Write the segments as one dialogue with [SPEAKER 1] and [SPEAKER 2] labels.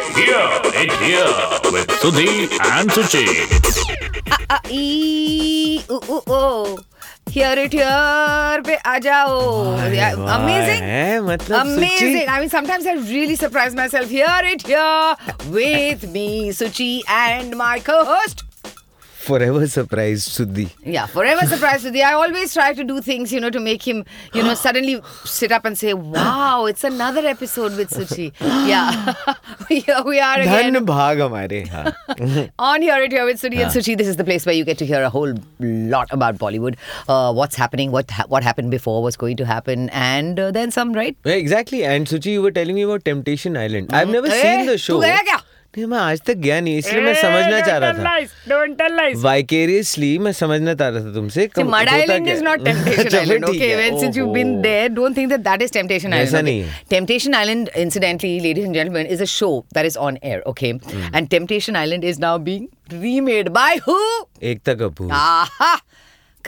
[SPEAKER 1] It's here with Sudhi and Suchi.
[SPEAKER 2] आ, ई, उ, उ, ओ हियर इट हियर पे आ जाओ अमेजिंग
[SPEAKER 3] है मतलब
[SPEAKER 2] Amazing. I mean, sometimes I really surprise myself. Here it here with me, Suchi, and my co-host.
[SPEAKER 3] Forever surprise सुद्धि
[SPEAKER 2] Yeah, forever surprised with I always try to do things, you know, to make him, you know, suddenly sit up and say, "Wow, it's another episode with Suchi." Yeah, here we are
[SPEAKER 3] धन
[SPEAKER 2] again
[SPEAKER 3] भाग हमारे हाँ
[SPEAKER 2] on Here It Here with Sudhi and Suchi. This is the place where you get to hear a whole lot about Bollywood, uh, what's happening, what ha- what happened before, what's going to happen, and uh, then some, right?
[SPEAKER 3] Exactly and Suchi you were telling me about Temptation Island I have never
[SPEAKER 2] a,
[SPEAKER 3] seen the
[SPEAKER 2] तू
[SPEAKER 3] show
[SPEAKER 2] गया क्या?
[SPEAKER 3] नहीं मैं आज तक गया नहीं इसलिए मैं समझना चाह रहा था वाइकेरियसली मैं समझना चाह रहा था तुमसे
[SPEAKER 2] See,
[SPEAKER 3] कम-
[SPEAKER 2] Mud
[SPEAKER 3] होता
[SPEAKER 2] Island
[SPEAKER 3] क्या
[SPEAKER 2] is
[SPEAKER 3] है?
[SPEAKER 2] not Temptation
[SPEAKER 3] अच्छा,
[SPEAKER 2] Island.
[SPEAKER 3] फिर ठीक
[SPEAKER 2] Okay,
[SPEAKER 3] है।
[SPEAKER 2] well, since you've
[SPEAKER 3] ओहो।
[SPEAKER 2] been there, don't think that that is Temptation Island.
[SPEAKER 3] ऐसा
[SPEAKER 2] okay?
[SPEAKER 3] नहीं है।
[SPEAKER 2] Temptation Island, incidentally, ladies and gentlemen, is a show that is on air, okay?
[SPEAKER 3] Hmm.
[SPEAKER 2] And Temptation Island is now being remade by who?
[SPEAKER 3] Ekta Kapoor
[SPEAKER 2] हाँ। Aha!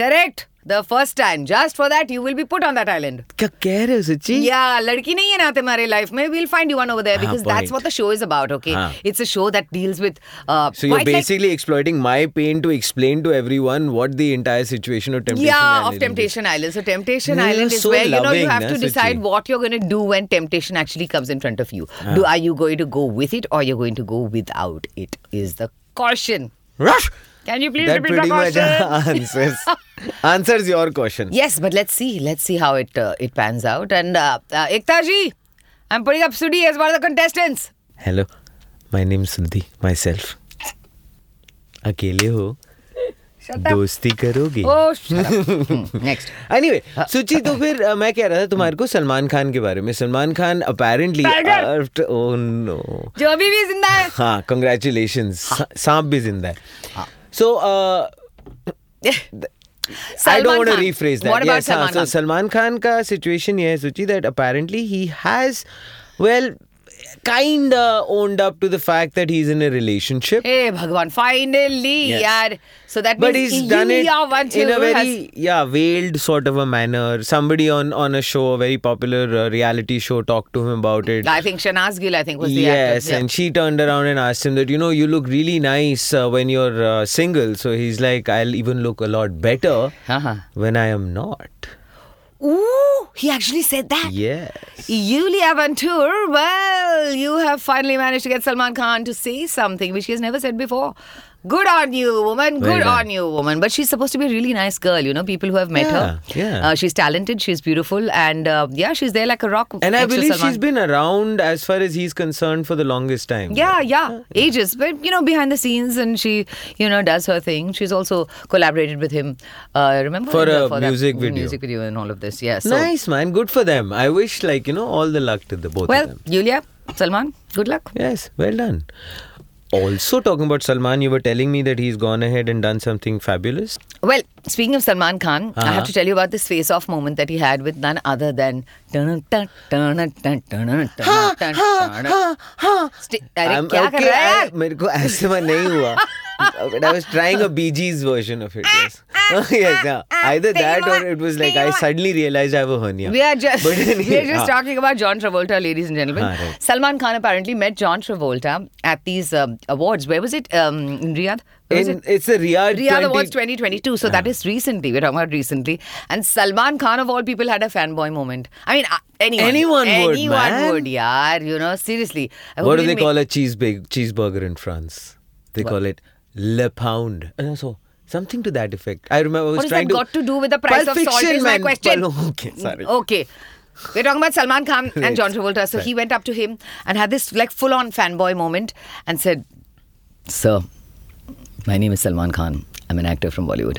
[SPEAKER 2] Correct. The first time. Just for that, you will be put on that island.
[SPEAKER 3] क्या कह रहे हो सुची
[SPEAKER 2] Yeah, लड़की नहीं है ना तुम्हारे life में. We'll find you one over there because that's
[SPEAKER 3] Ah, point.
[SPEAKER 2] what the show is about, okay?
[SPEAKER 3] हाँ.
[SPEAKER 2] It's a show that deals with uh,
[SPEAKER 3] So you're
[SPEAKER 2] quite like
[SPEAKER 3] basically exploiting my pain to explain to everyone what the entire situation of temptation
[SPEAKER 2] yeah,
[SPEAKER 3] Island
[SPEAKER 2] of
[SPEAKER 3] is.
[SPEAKER 2] Temptation Island. So Temptation
[SPEAKER 3] No,
[SPEAKER 2] Island
[SPEAKER 3] you're
[SPEAKER 2] is
[SPEAKER 3] so
[SPEAKER 2] where you know you
[SPEAKER 3] loving,
[SPEAKER 2] have
[SPEAKER 3] na,
[SPEAKER 2] to
[SPEAKER 3] Suchi.
[SPEAKER 2] decide what you're going to do when temptation actually comes in front of you.
[SPEAKER 3] Ah.
[SPEAKER 2] Do are you going to go with it or you're going to go without it? Is the caution?
[SPEAKER 3] Rush!
[SPEAKER 2] Can you please
[SPEAKER 3] That
[SPEAKER 2] repeat the
[SPEAKER 3] pretty much
[SPEAKER 2] question?
[SPEAKER 3] answers answers your question.
[SPEAKER 2] yes, but let's see. Let's see how it uh, it pans out. And uh, uh, Ekta ji, I'm putting up Sudhi as one of the contestants.
[SPEAKER 3] Hello, my name is Sudhi. Myself. अकेले हो
[SPEAKER 2] Shut up.
[SPEAKER 3] दोस्ती करोगे
[SPEAKER 2] Oh, shut up. Hmm, next.
[SPEAKER 3] Anyway Suchi तो फिर अ, मैं कह रहा था तुम्हारे को सलमान खान के बारे में Salman Khan apparently oh no
[SPEAKER 2] जो अभी भी जिंदा है
[SPEAKER 3] हाँ कंग्रेचुलेशन
[SPEAKER 2] हाँ।
[SPEAKER 3] सांप भी जिंदा है सो I don't
[SPEAKER 2] Salman
[SPEAKER 3] want to
[SPEAKER 2] Khan.
[SPEAKER 3] rephrase that.
[SPEAKER 2] What about
[SPEAKER 3] yes, हाँ,
[SPEAKER 2] Salman
[SPEAKER 3] so
[SPEAKER 2] Khan?
[SPEAKER 3] Salman Khan का situation ये है Suchi that apparently he has well kind of owned up to the fact that he's in a relationship.
[SPEAKER 2] Hey, Bhagwan, finally,
[SPEAKER 3] Yes.
[SPEAKER 2] yaar. So that
[SPEAKER 3] But
[SPEAKER 2] means
[SPEAKER 3] he's
[SPEAKER 2] you,
[SPEAKER 3] done it
[SPEAKER 2] yeah, once
[SPEAKER 3] in
[SPEAKER 2] you
[SPEAKER 3] a
[SPEAKER 2] has-
[SPEAKER 3] very yeah veiled sort of a manner. Somebody on on a show, a very popular uh, reality show, talked to him about it.
[SPEAKER 2] I think Shanaz Gill, I think, was the
[SPEAKER 3] yes,
[SPEAKER 2] actor. Yeah.
[SPEAKER 3] and she turned around and asked him that, you know, you look really nice uh, when you're uh, single. So he's like, I'll even look a lot better
[SPEAKER 2] Uh-huh.
[SPEAKER 3] when I am not.
[SPEAKER 2] Ooh, he actually said that.
[SPEAKER 3] Yes.
[SPEAKER 2] Yulia Vantur, well, you have finally managed to get Salman Khan to say something which he has never said before. Good on you, woman.
[SPEAKER 3] Well
[SPEAKER 2] Good
[SPEAKER 3] done.
[SPEAKER 2] on you, woman. But she's supposed to be a really nice girl, you know, people who have met her.
[SPEAKER 3] Yeah, yeah.
[SPEAKER 2] Uh, she's talented, she's beautiful, and uh, yeah, she's there like a rock.
[SPEAKER 3] And I
[SPEAKER 2] next to
[SPEAKER 3] believe
[SPEAKER 2] Salman.
[SPEAKER 3] she's been around as far as he's concerned for the longest time.
[SPEAKER 2] Yeah, yeah, ages. But you know, behind the scenes, and she, you know, does her thing. She's also collaborated with him. Uh, remember
[SPEAKER 3] For
[SPEAKER 2] in the-
[SPEAKER 3] a
[SPEAKER 2] that
[SPEAKER 3] music video.
[SPEAKER 2] music video, and all of this. Yeah. So,
[SPEAKER 3] Nice, man. Good for them. I wish, like, you know, all the luck to the both of
[SPEAKER 2] well,
[SPEAKER 3] them.
[SPEAKER 2] Yulia, Salman, good luck.
[SPEAKER 3] Yes, well done. Also, talking about Salman, you were telling me that he's gone ahead and done something fabulous.
[SPEAKER 2] Well, speaking of Salman Khan, I have
[SPEAKER 3] Uh-huh.
[SPEAKER 2] to tell you about this face-off moment that he had with none other than. Sti- अरे
[SPEAKER 3] I'm-
[SPEAKER 2] क्या कर
[SPEAKER 3] okay,
[SPEAKER 2] रहा है यार?
[SPEAKER 3] I- मेरे को asthma नहीं हुआ. But I was trying a Bee Gees version of it. Yes. yes. Yeah. Either
[SPEAKER 2] Tell you
[SPEAKER 3] that or
[SPEAKER 2] what,
[SPEAKER 3] it was
[SPEAKER 2] tell
[SPEAKER 3] like
[SPEAKER 2] you
[SPEAKER 3] I
[SPEAKER 2] what.
[SPEAKER 3] suddenly realized I have a hernia.
[SPEAKER 2] We are just
[SPEAKER 3] But
[SPEAKER 2] we are
[SPEAKER 3] anyway,
[SPEAKER 2] just
[SPEAKER 3] ah.
[SPEAKER 2] talking about John Travolta, ladies and gentlemen.
[SPEAKER 3] Ah, right.
[SPEAKER 2] Salman Khan apparently met John Travolta at these um, awards. Where was it? Um, in Riyadh. Where was
[SPEAKER 3] In,
[SPEAKER 2] it?
[SPEAKER 3] it's the Riyadh, Ah.
[SPEAKER 2] Riyadh
[SPEAKER 3] 20
[SPEAKER 2] Awards 2022. So that is recently. We're talking about recently. And Salman Khan, of all people, had a fanboy moment. I mean, uh, anyone.
[SPEAKER 3] Anyone would,
[SPEAKER 2] Anyone
[SPEAKER 3] man.
[SPEAKER 2] would, yaar. You know, seriously. I hope
[SPEAKER 3] What
[SPEAKER 2] we
[SPEAKER 3] do they
[SPEAKER 2] didn't
[SPEAKER 3] call
[SPEAKER 2] make-
[SPEAKER 3] a cheese big, cheeseburger in France? They call it le pound. Uh, so something to that effect. I remember. I was
[SPEAKER 2] What has
[SPEAKER 3] trying
[SPEAKER 2] that got to do with the price
[SPEAKER 3] Pulp
[SPEAKER 2] of salt
[SPEAKER 3] Fiction,
[SPEAKER 2] is my
[SPEAKER 3] man.
[SPEAKER 2] question. Mm, oh.
[SPEAKER 3] Pul- okay, sorry.
[SPEAKER 2] Okay. We're talking about Salman Khan and
[SPEAKER 3] Right.
[SPEAKER 2] John Travolta. So he went up to him and had this like full on fanboy moment and said, Sir, my name is Salman Khan. I'm an actor from Bollywood.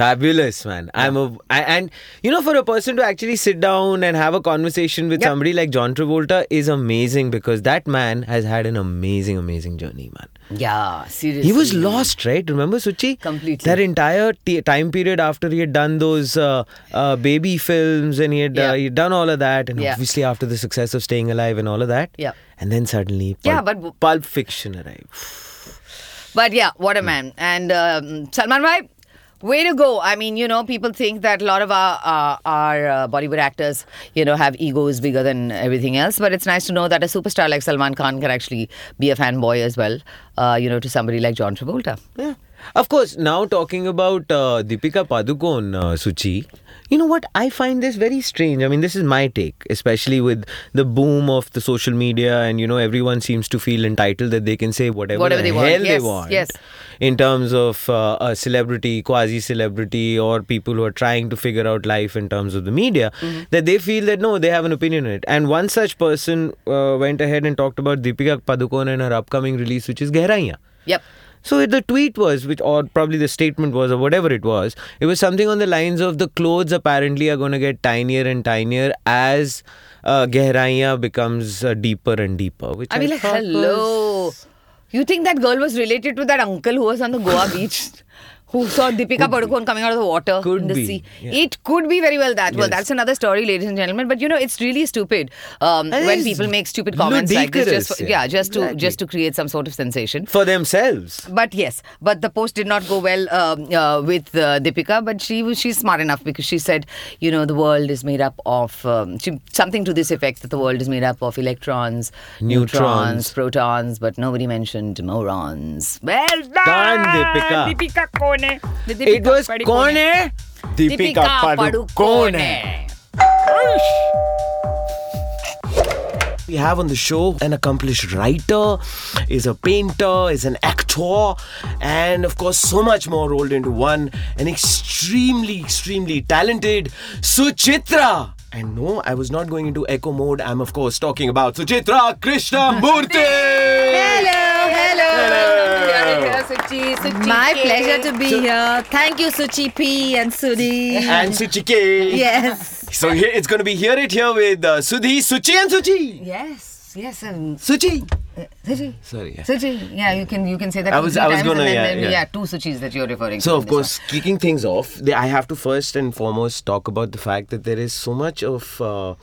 [SPEAKER 3] Fabulous, man. I'm a I, and you know for a person to actually sit down and have a conversation with
[SPEAKER 2] Yep.
[SPEAKER 3] somebody like John Travolta is amazing because that man has had an amazing, amazing journey, man.
[SPEAKER 2] Yeah, seriously.
[SPEAKER 3] He was lost, right? Remember, Suchi?
[SPEAKER 2] Completely.
[SPEAKER 3] That entire t- time period after he had done those uh, uh, baby films and he had
[SPEAKER 2] Yeah.
[SPEAKER 3] uh, he had done all of that, and
[SPEAKER 2] Yeah.
[SPEAKER 3] obviously after the success of Staying Alive and all of that.
[SPEAKER 2] Yeah.
[SPEAKER 3] And then suddenly, Pulp,
[SPEAKER 2] Yeah, but w-
[SPEAKER 3] Pulp Fiction arrived.
[SPEAKER 2] But yeah, what a man. And um, Salman Bhai, Way to go! I mean, you know, people think that a lot of our uh, our uh, Bollywood actors, you know, have egos bigger than everything else. But it's nice to know that a superstar like Salman Khan can actually be a fanboy as well, uh, you know, to somebody like John Travolta.
[SPEAKER 3] Yeah. Of course, now talking about uh, Deepika Padukone, uh, Suchi, you know what? I find this very strange. I mean, this is my take, especially with the boom of the social media, and you know, everyone seems to feel entitled that they can say whatever,
[SPEAKER 2] Whatever
[SPEAKER 3] the
[SPEAKER 2] they want.
[SPEAKER 3] hell
[SPEAKER 2] Yes,
[SPEAKER 3] they want.
[SPEAKER 2] yes.
[SPEAKER 3] In terms of uh, a celebrity, quasi celebrity, or people who are trying to figure out life in terms of the media,
[SPEAKER 2] Mm-hmm.
[SPEAKER 3] that they feel that no, they have an opinion on it. And one such person uh, went ahead and talked about Deepika Padukone and her upcoming release, which is Gehraiya.
[SPEAKER 2] Yep.
[SPEAKER 3] So the tweet was, which or probably the statement was, or whatever it was, it was something on the lines of the clothes apparently are going to get tinier and tinier as uh, Gehraiya becomes uh, deeper and deeper. Which
[SPEAKER 2] I
[SPEAKER 3] I,
[SPEAKER 2] mean, like,
[SPEAKER 3] thought
[SPEAKER 2] hello.
[SPEAKER 3] was-
[SPEAKER 2] You think that girl was related to that uncle who was on the Goa beach? Who saw Deepika Padukone coming out of the water
[SPEAKER 3] Could
[SPEAKER 2] in the
[SPEAKER 3] be,
[SPEAKER 2] sea?
[SPEAKER 3] yeah.
[SPEAKER 2] It could be very well that. Well,
[SPEAKER 3] Yes.
[SPEAKER 2] that's another story, ladies and gentlemen. But you know, it's really stupid um,
[SPEAKER 3] And
[SPEAKER 2] when
[SPEAKER 3] it's
[SPEAKER 2] people make stupid comments like this. Just
[SPEAKER 3] ludicrous,
[SPEAKER 2] for,
[SPEAKER 3] yeah.
[SPEAKER 2] yeah, just to
[SPEAKER 3] Exactly.
[SPEAKER 2] just to create some sort of sensation.
[SPEAKER 3] for themselves.
[SPEAKER 2] But yes, but the post did not go well um, uh, with uh, Deepika. But she was she's smart enough because she said, you know, the world is made up of um, she, something to this effect that the world is made up of electrons, neutrons,
[SPEAKER 3] Neutrons.
[SPEAKER 2] protons, but nobody mentioned morons. Well done,
[SPEAKER 3] Done, Deepika.
[SPEAKER 2] Deepika Kone.
[SPEAKER 3] it was Kone? hai?
[SPEAKER 2] Deepika
[SPEAKER 3] hai.
[SPEAKER 2] Padukone.
[SPEAKER 4] We have on the show an accomplished writer, is a painter, is an actor, and of course, so much more rolled into one. An extremely, extremely talented Suchitra. And no, I was not going into echo mode. I'm of course talking about Suchitra Krishnamurti.
[SPEAKER 2] Hello, hello.
[SPEAKER 5] My pleasure to be here. Thank you, Suchi P and Sudhi.
[SPEAKER 4] and Suchike.
[SPEAKER 5] yes.
[SPEAKER 4] So here, it's going to be here it here with uh, Sudhi, Suchi, and Suchi.
[SPEAKER 2] Yes, yes, and
[SPEAKER 4] Suchi.
[SPEAKER 2] Suchi.
[SPEAKER 4] Sorry. Mm. yeah.
[SPEAKER 2] Suchi, yeah, you can you can say that.
[SPEAKER 4] I
[SPEAKER 2] two,
[SPEAKER 4] was-
[SPEAKER 2] three
[SPEAKER 4] I was
[SPEAKER 2] times
[SPEAKER 4] gonna-
[SPEAKER 2] and then,
[SPEAKER 4] yeah,
[SPEAKER 2] then,
[SPEAKER 4] yeah.
[SPEAKER 2] two Suchis that you're referring to.
[SPEAKER 4] So,
[SPEAKER 2] in
[SPEAKER 4] of
[SPEAKER 2] this
[SPEAKER 4] course, kicking things off, the, I have to first and foremost talk about the fact that there is so much of uh,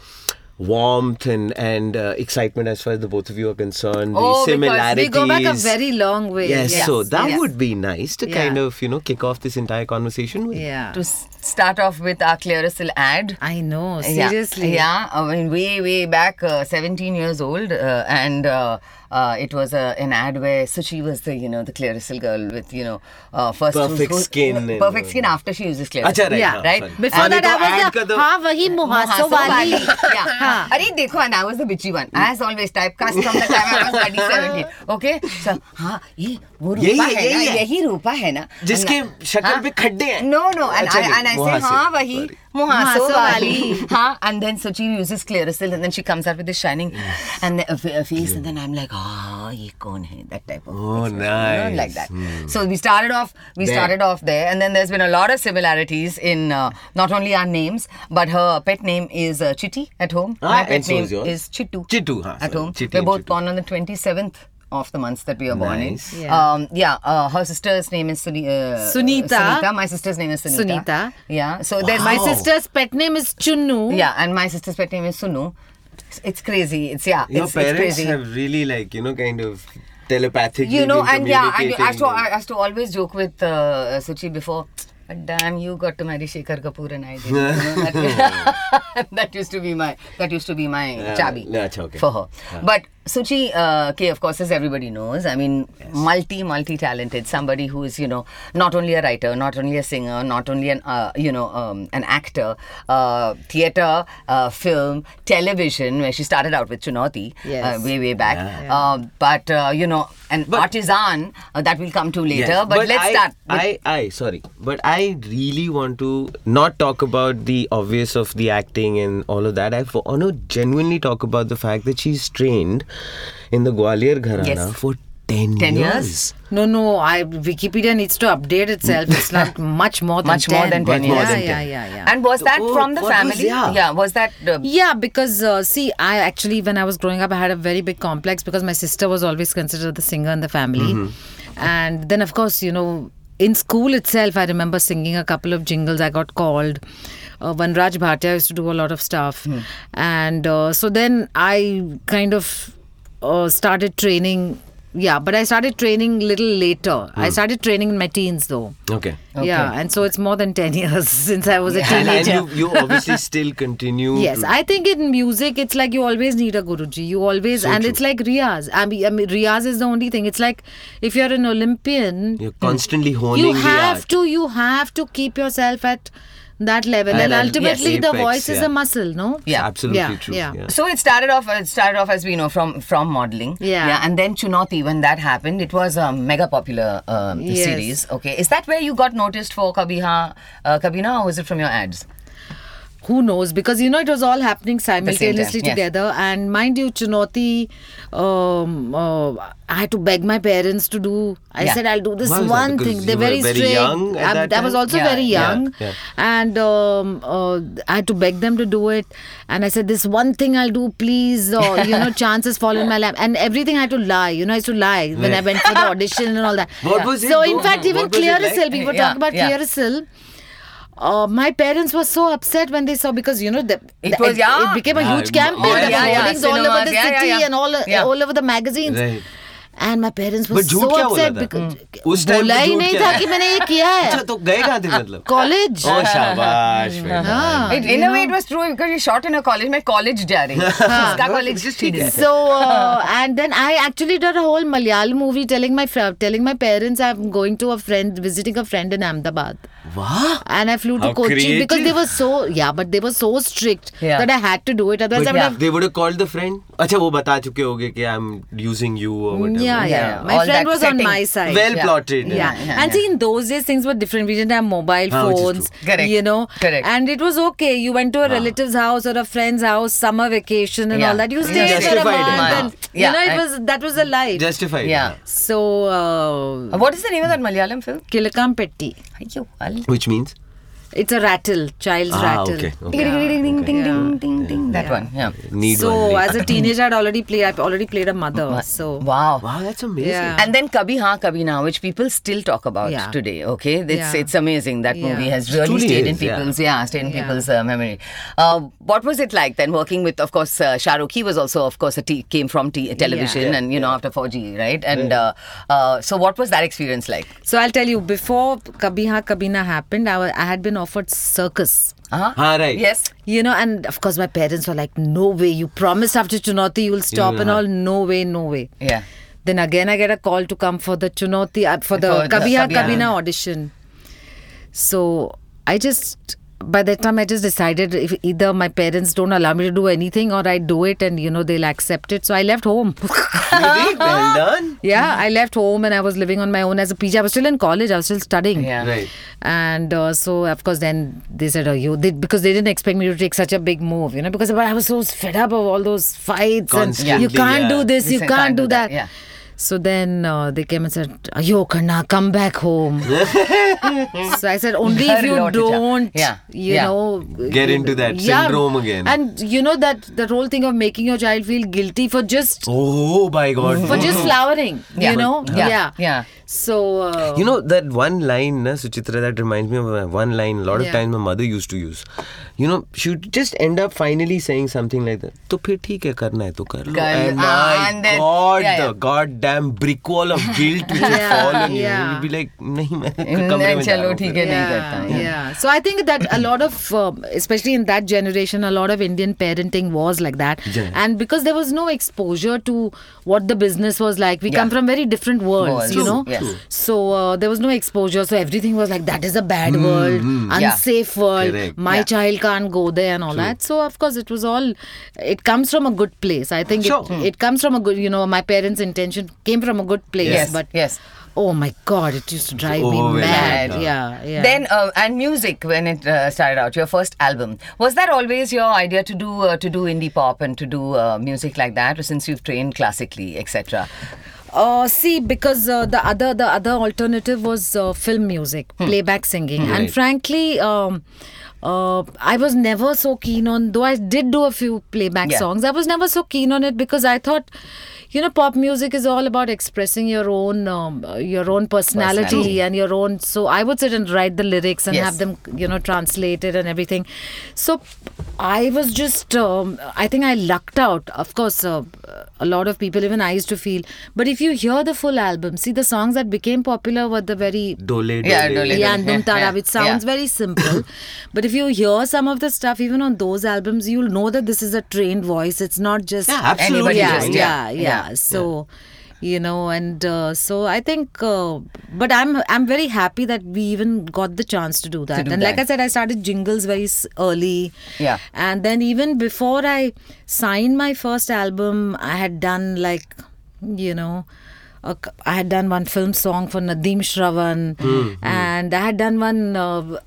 [SPEAKER 4] warmth and and uh, excitement as far as the both of you are concerned. the
[SPEAKER 2] Oh, because
[SPEAKER 4] similarities.
[SPEAKER 5] We go back a very long way.
[SPEAKER 4] yes, so
[SPEAKER 2] Yes,
[SPEAKER 4] that
[SPEAKER 2] yes.
[SPEAKER 4] would be nice to
[SPEAKER 2] Yeah.
[SPEAKER 4] kind of you know kick off this entire conversation with.
[SPEAKER 5] Yeah.
[SPEAKER 2] one. to s- start off with our Clearasil ad.
[SPEAKER 5] I know,
[SPEAKER 2] Yeah,
[SPEAKER 5] seriously.
[SPEAKER 2] Yeah, I mean, way, way back, uh, 17 years old, uh, and uh, uh, it was a, an ad where Suchi was the, you know, the Clearasil girl with, you know, uh, first who's
[SPEAKER 4] Perfect
[SPEAKER 2] go-
[SPEAKER 4] skin and-
[SPEAKER 2] perfect skin after she uses Clearasil.
[SPEAKER 4] Acha, right,
[SPEAKER 5] Yeah.
[SPEAKER 4] हाँ,
[SPEAKER 2] right.
[SPEAKER 4] sorry.
[SPEAKER 5] Before
[SPEAKER 4] And
[SPEAKER 5] that,
[SPEAKER 4] तो
[SPEAKER 5] I
[SPEAKER 4] add
[SPEAKER 5] was
[SPEAKER 4] कर
[SPEAKER 5] the
[SPEAKER 4] दो.
[SPEAKER 5] हाँ वही मुहासो वाली हाँ।
[SPEAKER 2] yeah. हाँ। अरे देखो and I was the bitchy one as always typecast from the time I was bloody 17 okay so हाँ ये वो
[SPEAKER 4] यही
[SPEAKER 2] रूपा
[SPEAKER 4] है,
[SPEAKER 2] है ना
[SPEAKER 4] यही है।
[SPEAKER 2] यही रूपा है ना
[SPEAKER 4] जिसके
[SPEAKER 2] And I-
[SPEAKER 4] शक्ल
[SPEAKER 2] हाँ?
[SPEAKER 4] पे खड्डे हैं।
[SPEAKER 2] no no and
[SPEAKER 4] अच्छा,
[SPEAKER 2] I and I
[SPEAKER 4] नहीं,
[SPEAKER 2] say
[SPEAKER 4] मुहासे,
[SPEAKER 2] हाँ वही
[SPEAKER 4] sorry.
[SPEAKER 2] मुहासो
[SPEAKER 5] मुहासो
[SPEAKER 2] वाली
[SPEAKER 5] वाली।
[SPEAKER 2] हाँ and then Suchi uses Clearasil and then she comes out with this shining and the, a, a face and then I'm like ah ये कौन है that type of
[SPEAKER 4] Oh,
[SPEAKER 2] expression, you know,
[SPEAKER 4] nice.
[SPEAKER 2] like that so we started off we
[SPEAKER 4] Hmm. There.
[SPEAKER 2] started off there and then there's been a lot of similarities in uh, not only our names but her pet name is uh, Chitti at home
[SPEAKER 4] Ah,
[SPEAKER 2] my pet
[SPEAKER 4] and so
[SPEAKER 2] name
[SPEAKER 4] is yours.
[SPEAKER 2] Chittu
[SPEAKER 4] Chittu, हाँ,
[SPEAKER 2] at
[SPEAKER 4] sorry,
[SPEAKER 2] home
[SPEAKER 4] Chitti
[SPEAKER 2] we're
[SPEAKER 4] and
[SPEAKER 2] both
[SPEAKER 4] Chittu.
[SPEAKER 2] born on the 27th of the months that we are born
[SPEAKER 4] Nice.
[SPEAKER 2] in
[SPEAKER 5] Yeah.
[SPEAKER 2] um, yeah uh, her sister's name is Suni- uh,
[SPEAKER 5] Sunita.
[SPEAKER 2] Sunita my sister's name is Sunita
[SPEAKER 5] Sunita.
[SPEAKER 2] yeah so there's
[SPEAKER 5] My
[SPEAKER 2] my sister
[SPEAKER 5] sister's pet name is Chunnu.
[SPEAKER 2] yeah and my sister's pet name is Sunu it's crazy it's yeah
[SPEAKER 4] Your
[SPEAKER 2] it's, it's
[SPEAKER 4] parents
[SPEAKER 2] crazy
[SPEAKER 4] have really like you know kind of telepathically.
[SPEAKER 2] you know,
[SPEAKER 4] been
[SPEAKER 2] and yeah, and I
[SPEAKER 4] communicating
[SPEAKER 2] used to, I used to always joke with uh, Suchi before. But damn, you got to marry Shekhar Kapoor and I did. You know, that, that used to be my that used to be my
[SPEAKER 4] Yeah,
[SPEAKER 2] chabi
[SPEAKER 4] that's okay.
[SPEAKER 2] for her. But Suchi uh, K, of course, as everybody knows, I mean, multi multi talented. Somebody who is you know not only a writer, not only a singer, not only an uh, you know um, an actor, uh, theater, uh, film, television. Where she started out with Chunauti,
[SPEAKER 5] Yes.
[SPEAKER 2] uh, way way back. Uh, but uh, you know, an artisan uh, that we'll come to later.
[SPEAKER 4] Yes,
[SPEAKER 2] But, let's
[SPEAKER 4] I,
[SPEAKER 2] start. with-
[SPEAKER 4] I, I, sorry, but I really want to not talk about the obvious of the acting and all of that. I want to genuinely talk about the fact that she's trained in the Gwalior Gharana
[SPEAKER 2] Yes.
[SPEAKER 4] for 10,
[SPEAKER 2] 10 years.
[SPEAKER 5] No, no. I Wikipedia needs to update itself. It's not much more than
[SPEAKER 2] much more than 10
[SPEAKER 5] Yeah,
[SPEAKER 2] years.
[SPEAKER 5] yeah, yeah, yeah.
[SPEAKER 2] And was that
[SPEAKER 4] Oh,
[SPEAKER 2] from the
[SPEAKER 4] what was-
[SPEAKER 2] family?
[SPEAKER 4] yeah.
[SPEAKER 2] was that. Uh,
[SPEAKER 5] Yeah, because uh, see, I actually, when I was growing up, I had a very big complex because my sister was always considered the singer in the family.
[SPEAKER 4] Mm-hmm.
[SPEAKER 5] And then, of course, you know, in school itself, I remember singing a couple of jingles. I got called. Uh, when Raj Bhatia used to do a lot of stuff.
[SPEAKER 4] Hmm.
[SPEAKER 5] And uh, so then I kind of uh, started training yeah, but I started training little later. I started training in my teens though.
[SPEAKER 4] Hmm. Okay.
[SPEAKER 5] Yeah, and so it's more than 10 years since I was a
[SPEAKER 4] And
[SPEAKER 5] teenager.
[SPEAKER 4] you, you obviously still continue.
[SPEAKER 5] Yes,
[SPEAKER 4] to-
[SPEAKER 5] I think in music, it's like you always need a Guruji. You always, and it's like Riyaz. I mean, I mean, Riyaz is the only thing. It's like if you're an Olympian,
[SPEAKER 4] You're constantly honing
[SPEAKER 5] you
[SPEAKER 4] the
[SPEAKER 5] have
[SPEAKER 4] art.
[SPEAKER 5] to you have to keep yourself at that level
[SPEAKER 4] At
[SPEAKER 5] and,
[SPEAKER 4] an
[SPEAKER 5] ultimately the
[SPEAKER 4] apex,
[SPEAKER 5] voice is
[SPEAKER 4] yeah.
[SPEAKER 5] a muscle no
[SPEAKER 2] Yeah.
[SPEAKER 4] Absolutely
[SPEAKER 5] Yeah,
[SPEAKER 4] true.
[SPEAKER 5] yeah.
[SPEAKER 2] So it started off. It started off as we know from from modeling.
[SPEAKER 5] Yeah.
[SPEAKER 2] and then Chunauti when that happened, it was a mega popular um,
[SPEAKER 5] Yes.
[SPEAKER 2] series. Okay. Is that where you got noticed for Kabiha uh, Kabina, or was it from your ads?
[SPEAKER 5] who knows because you know it was all happening simultaneously
[SPEAKER 2] yes.
[SPEAKER 5] together and mind you Chunauti um, uh, I had to beg my parents to do I
[SPEAKER 2] Yeah.
[SPEAKER 5] said I'll do this
[SPEAKER 4] Why was that?
[SPEAKER 5] one
[SPEAKER 4] Because
[SPEAKER 5] thing
[SPEAKER 4] you
[SPEAKER 5] they're
[SPEAKER 4] were
[SPEAKER 5] very,
[SPEAKER 4] very
[SPEAKER 5] strict
[SPEAKER 4] young at
[SPEAKER 5] I'm-
[SPEAKER 4] that
[SPEAKER 5] I was
[SPEAKER 4] time?
[SPEAKER 5] also
[SPEAKER 2] Yeah,
[SPEAKER 5] very
[SPEAKER 2] yeah,
[SPEAKER 5] young
[SPEAKER 4] yeah.
[SPEAKER 5] and um, uh, I had to beg them to do it and I said this one thing I'll do please or you know chances fall in my lap and everything I had to lie you know I used to lie when I went for the audition and all that
[SPEAKER 4] What was it?
[SPEAKER 5] so in
[SPEAKER 4] What-
[SPEAKER 5] fact
[SPEAKER 4] what
[SPEAKER 5] even
[SPEAKER 4] was it
[SPEAKER 5] clear
[SPEAKER 4] like?
[SPEAKER 5] as hell we were
[SPEAKER 2] Yeah,
[SPEAKER 5] talking about
[SPEAKER 2] yeah.
[SPEAKER 5] clear as hell uh, my parents were so upset when they saw because you know the,
[SPEAKER 2] It
[SPEAKER 5] the-
[SPEAKER 2] was- yeah.
[SPEAKER 5] it became a
[SPEAKER 4] Yeah,
[SPEAKER 5] huge
[SPEAKER 4] it-
[SPEAKER 5] campaign.
[SPEAKER 4] all
[SPEAKER 5] there
[SPEAKER 4] yeah,
[SPEAKER 5] were
[SPEAKER 4] yeah,
[SPEAKER 5] hoardings all over
[SPEAKER 2] cinemas,
[SPEAKER 5] the
[SPEAKER 2] yeah, yeah,
[SPEAKER 5] city
[SPEAKER 2] yeah.
[SPEAKER 5] and all
[SPEAKER 2] Yeah.
[SPEAKER 5] all over the magazines.
[SPEAKER 4] Right.
[SPEAKER 5] And my parents were
[SPEAKER 4] but
[SPEAKER 5] so
[SPEAKER 4] झूठ क्या बोला
[SPEAKER 5] upset
[SPEAKER 4] था?
[SPEAKER 5] because
[SPEAKER 4] Hmm. उस time
[SPEAKER 5] बोला
[SPEAKER 4] पे
[SPEAKER 5] ही
[SPEAKER 4] झूठ
[SPEAKER 5] नहीं
[SPEAKER 4] क्या
[SPEAKER 5] था
[SPEAKER 4] था?
[SPEAKER 5] कि मैंने ये किया
[SPEAKER 4] अच्छा
[SPEAKER 5] है
[SPEAKER 4] तो Oh, गए कहाँ थे मतलब
[SPEAKER 5] कॉलेज
[SPEAKER 4] ओ शाबाश बेटा।
[SPEAKER 5] हाँ,
[SPEAKER 2] It,
[SPEAKER 5] Uh, you
[SPEAKER 2] in a
[SPEAKER 5] know.
[SPEAKER 2] way, it was true because you shot in a college. My college diary. Uska college
[SPEAKER 4] Just ठीक है।
[SPEAKER 5] So uh, and then I actually did a whole Malayalam movie, telling my fr- telling my parents I'm going to a friend visiting a friend in Ahmedabad.
[SPEAKER 4] वाह
[SPEAKER 5] And I flew to
[SPEAKER 4] How
[SPEAKER 5] Kochi because they
[SPEAKER 4] creative.
[SPEAKER 5] were so yeah, but they were so strict
[SPEAKER 2] Yeah.
[SPEAKER 5] that I had to do it. Otherwise, I would have
[SPEAKER 4] they would called the friend अच्छा वो बता चुके होगे कि I am using you और whatever
[SPEAKER 5] Yeah, yeah.
[SPEAKER 2] Yeah,
[SPEAKER 5] My
[SPEAKER 2] all
[SPEAKER 5] friend
[SPEAKER 2] that
[SPEAKER 5] was on
[SPEAKER 2] setting.
[SPEAKER 5] my side.
[SPEAKER 4] Well
[SPEAKER 5] yeah.
[SPEAKER 4] plotted.
[SPEAKER 5] Yeah.
[SPEAKER 4] Yeah,
[SPEAKER 2] yeah,
[SPEAKER 5] and see, in those days things were different. We didn't have mobile
[SPEAKER 4] Ah, which is
[SPEAKER 5] phones.
[SPEAKER 2] true. Correct.
[SPEAKER 5] You know.
[SPEAKER 2] Correct. Ah.
[SPEAKER 5] And it was okay. You went to a relative's house or a friend's house, summer vacation and
[SPEAKER 2] Yeah.
[SPEAKER 5] all that. You
[SPEAKER 2] Yeah.
[SPEAKER 5] stayed for a
[SPEAKER 4] Justified,
[SPEAKER 5] month.
[SPEAKER 4] yeah.
[SPEAKER 5] And,
[SPEAKER 2] Yeah,
[SPEAKER 5] You know, it
[SPEAKER 2] and-
[SPEAKER 5] was that was a life.
[SPEAKER 4] Justified
[SPEAKER 2] Yeah.
[SPEAKER 5] so uh,
[SPEAKER 2] What is the name of that Malayalam film?
[SPEAKER 5] Kilakam Petti.
[SPEAKER 2] Ayyo, al-
[SPEAKER 4] which means
[SPEAKER 5] It's a rattle, child's
[SPEAKER 4] ah
[SPEAKER 5] rattle.
[SPEAKER 4] okay okay
[SPEAKER 2] Ding, ding, ding, ding, ding, ding, ding. That one. Yeah.
[SPEAKER 4] Need
[SPEAKER 5] so
[SPEAKER 4] one
[SPEAKER 5] as a teenager, I'd already played. I've already played a mother. So
[SPEAKER 2] Wow.
[SPEAKER 4] वाह that's amazing
[SPEAKER 5] Yeah.
[SPEAKER 2] And then Kabhi Ha Kabhi Na, which people still talk about
[SPEAKER 5] Yeah.
[SPEAKER 2] today. Okay, it's
[SPEAKER 5] Yeah.
[SPEAKER 2] it's amazing that
[SPEAKER 5] Yeah.
[SPEAKER 2] movie has really
[SPEAKER 4] truly
[SPEAKER 2] stayed in
[SPEAKER 4] is, yeah.
[SPEAKER 2] people's yeah, stayed in people's uh, memory. Uh, what was it like then working with? Of course, uh, Shah Rukh, He was also of course a t- came from t- television
[SPEAKER 5] Yeah.
[SPEAKER 2] and you know after 4G, right? And uh, uh, so what was that experience like?
[SPEAKER 5] So I'll tell you, before Kabhi Ha Kabhi Na happened, I, wa- I had been offered circus.
[SPEAKER 2] Uh-huh.
[SPEAKER 4] हाँ right
[SPEAKER 2] Yes.
[SPEAKER 5] You know, and of course my parents were like, no way, you promised after Chunauti you'll stop and all. No way, no way.
[SPEAKER 2] Yeah.
[SPEAKER 5] Then again I get a call to come for the Chunauti, uh, for the
[SPEAKER 2] For the
[SPEAKER 5] Kabhi Ha
[SPEAKER 2] Kabhi Ha.
[SPEAKER 5] Kabhi Na audition. So I just, by that time I just decided if either my parents don't allow me to do anything or I do it and you know they'll accept it. So I left home.
[SPEAKER 4] Very well done
[SPEAKER 5] Yeah, I left home and I was living on my own as a PG. I was still in college. I was still studying.
[SPEAKER 2] Yeah.
[SPEAKER 4] Right.
[SPEAKER 5] And uh, so, of course, then they said, "Oh, you," they, because they didn't expect me to take such a big move, you know, because I was so fed up of all those fights and
[SPEAKER 4] Constantly,
[SPEAKER 5] you can't
[SPEAKER 4] yeah.
[SPEAKER 5] do this,
[SPEAKER 2] You
[SPEAKER 5] you,
[SPEAKER 2] say,
[SPEAKER 5] can't, do that.
[SPEAKER 2] yeah.
[SPEAKER 5] So then uh, they came and said, "Yo, Karna, come back home." so I said, "Only if you
[SPEAKER 2] Lord, teacher.
[SPEAKER 5] don't,
[SPEAKER 2] Yeah,
[SPEAKER 5] you
[SPEAKER 2] yeah.
[SPEAKER 5] know,
[SPEAKER 4] Get into that syndrome again.
[SPEAKER 5] And you know that that whole thing of making your child feel guilty for just
[SPEAKER 4] Oh my God.
[SPEAKER 5] for just flowering,
[SPEAKER 2] Mm-hmm. Yeah.
[SPEAKER 5] you know?
[SPEAKER 2] Yeah. Yeah.
[SPEAKER 5] So, uh,
[SPEAKER 4] You know that one line, na, Suchitra, that reminds me of uh, one line a lot of
[SPEAKER 5] Yeah.
[SPEAKER 4] times my mother used to use. You know, she would just end up finally saying something like that. तो फिर ठीक है करना है तो कर लो.
[SPEAKER 2] कर लो.
[SPEAKER 4] And
[SPEAKER 2] Ah,
[SPEAKER 4] my
[SPEAKER 2] and then-
[SPEAKER 4] God,
[SPEAKER 2] yeah,
[SPEAKER 4] the
[SPEAKER 2] yeah.
[SPEAKER 4] goddamn brick wall of guilt which would
[SPEAKER 5] Yeah,
[SPEAKER 4] fall on you.
[SPEAKER 5] yeah.
[SPEAKER 4] You'd be like, नहीं मैं कमरे में जा रहा
[SPEAKER 2] चलो
[SPEAKER 4] हूँ
[SPEAKER 2] ठीक
[SPEAKER 4] फिर."
[SPEAKER 2] है नहीं करता
[SPEAKER 5] yeah,
[SPEAKER 2] हूँ.
[SPEAKER 5] yeah, So I think that a lot of, uh, especially in that generation, a lot of Indian parenting was like that.
[SPEAKER 4] Yeah.
[SPEAKER 5] And because there was no exposure to what the business was like, we
[SPEAKER 2] Yeah.
[SPEAKER 5] come from very different worlds,
[SPEAKER 2] Worlds,
[SPEAKER 5] you know.
[SPEAKER 2] yes. True.
[SPEAKER 5] So uh, there was no exposure. So everything was like that is a bad world,
[SPEAKER 2] Hmm, Yeah.
[SPEAKER 5] unsafe world.
[SPEAKER 4] Correct.
[SPEAKER 5] My
[SPEAKER 2] Yeah.
[SPEAKER 5] child can't go there and all that. So of course it was all. It comes from a good place. I think
[SPEAKER 4] Sure.
[SPEAKER 5] it, it comes from a good. You know, my parents' intention came from a good place.
[SPEAKER 2] Yes,
[SPEAKER 5] But
[SPEAKER 2] yes. Oh,
[SPEAKER 5] Oh my God! It used to drive me
[SPEAKER 4] overwhelming.
[SPEAKER 5] mad.
[SPEAKER 4] Yeah.
[SPEAKER 5] Yeah, yeah.
[SPEAKER 2] Then uh, and music when it uh, started out, your first album was that always your idea to do uh, to do indie pop and to do uh, music like that, since you've trained classically, etc.
[SPEAKER 5] Uh, see, because uh, the other
[SPEAKER 2] Hmm.
[SPEAKER 5] the other alternative was uh, film music, playback singing, and frankly, um, uh, I was never so keen on, though I did do a few playback
[SPEAKER 2] Yeah.
[SPEAKER 5] songs, I was never so keen on it because I thought, you know, pop music is all about expressing your own um, uh, your own personality,
[SPEAKER 2] Personality.
[SPEAKER 5] and your own. So I would sit and write the lyrics and
[SPEAKER 2] Yes.
[SPEAKER 5] have them, you know, translated and everything. So I was just, um, I think I lucked out. Of course, uh, a lot of people, even I used to feel. But if you hear the full album, see the songs that became popular were the very
[SPEAKER 3] Dole,
[SPEAKER 2] Yeah,
[SPEAKER 3] dole.
[SPEAKER 2] dole.
[SPEAKER 5] yeah, and Dum
[SPEAKER 2] Yeah,
[SPEAKER 5] Tara,
[SPEAKER 2] yeah,
[SPEAKER 5] which sounds
[SPEAKER 2] yeah.
[SPEAKER 5] very simple. but if you hear some of the stuff, even on those albums, you'll know that this is a trained voice. It's not just.
[SPEAKER 3] Yeah,
[SPEAKER 2] Anybody
[SPEAKER 3] absolutely.
[SPEAKER 5] yeah,
[SPEAKER 2] just-
[SPEAKER 5] yeah,
[SPEAKER 2] yeah,
[SPEAKER 5] yeah.
[SPEAKER 2] yeah.
[SPEAKER 5] So. You know, and uh, so I think, uh, but I'm I'm very happy that we even got the chance to do that.
[SPEAKER 2] do
[SPEAKER 5] and like
[SPEAKER 2] that.
[SPEAKER 5] I said, I started jingles very s- early.
[SPEAKER 2] Yeah.
[SPEAKER 5] And then even before I signed my first album, I had done like, you know, a c- I had done one film song for Nadeem Shravan, and I had done one. Uh,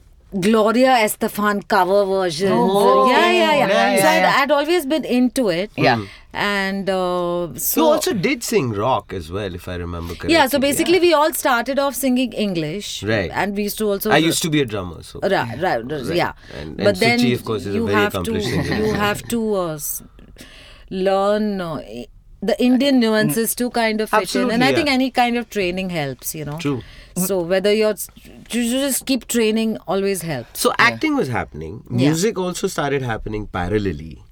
[SPEAKER 5] Gloria Estefan cover version.
[SPEAKER 2] Oh,
[SPEAKER 5] yeah, yeah, yeah.
[SPEAKER 2] yeah,
[SPEAKER 5] so
[SPEAKER 2] yeah,
[SPEAKER 5] I'd,
[SPEAKER 2] yeah.
[SPEAKER 5] I'd always been into it.
[SPEAKER 2] Yeah. Mm.
[SPEAKER 5] And uh, so.
[SPEAKER 3] You also did sing rock as well, if I remember correctly.
[SPEAKER 5] yeah, so basically we all started off singing English.
[SPEAKER 3] Right.
[SPEAKER 5] And we used to also.
[SPEAKER 3] I used to be a drummer, so.
[SPEAKER 5] Right, right, right, yeah.
[SPEAKER 3] And-
[SPEAKER 5] but
[SPEAKER 3] and
[SPEAKER 5] then
[SPEAKER 3] Suchi, of course, is a
[SPEAKER 5] you
[SPEAKER 3] very
[SPEAKER 5] have to
[SPEAKER 3] accomplished singer.
[SPEAKER 5] you have to uh, s- learn uh, i- the Indian nuances to kind of fit in, and
[SPEAKER 3] Absolutely,
[SPEAKER 5] I think
[SPEAKER 3] yeah.
[SPEAKER 5] any kind of training helps, you know.
[SPEAKER 3] True.
[SPEAKER 5] So whether you're s- you just keep training always helps.
[SPEAKER 3] So acting was happening. Music also started happening parallelly,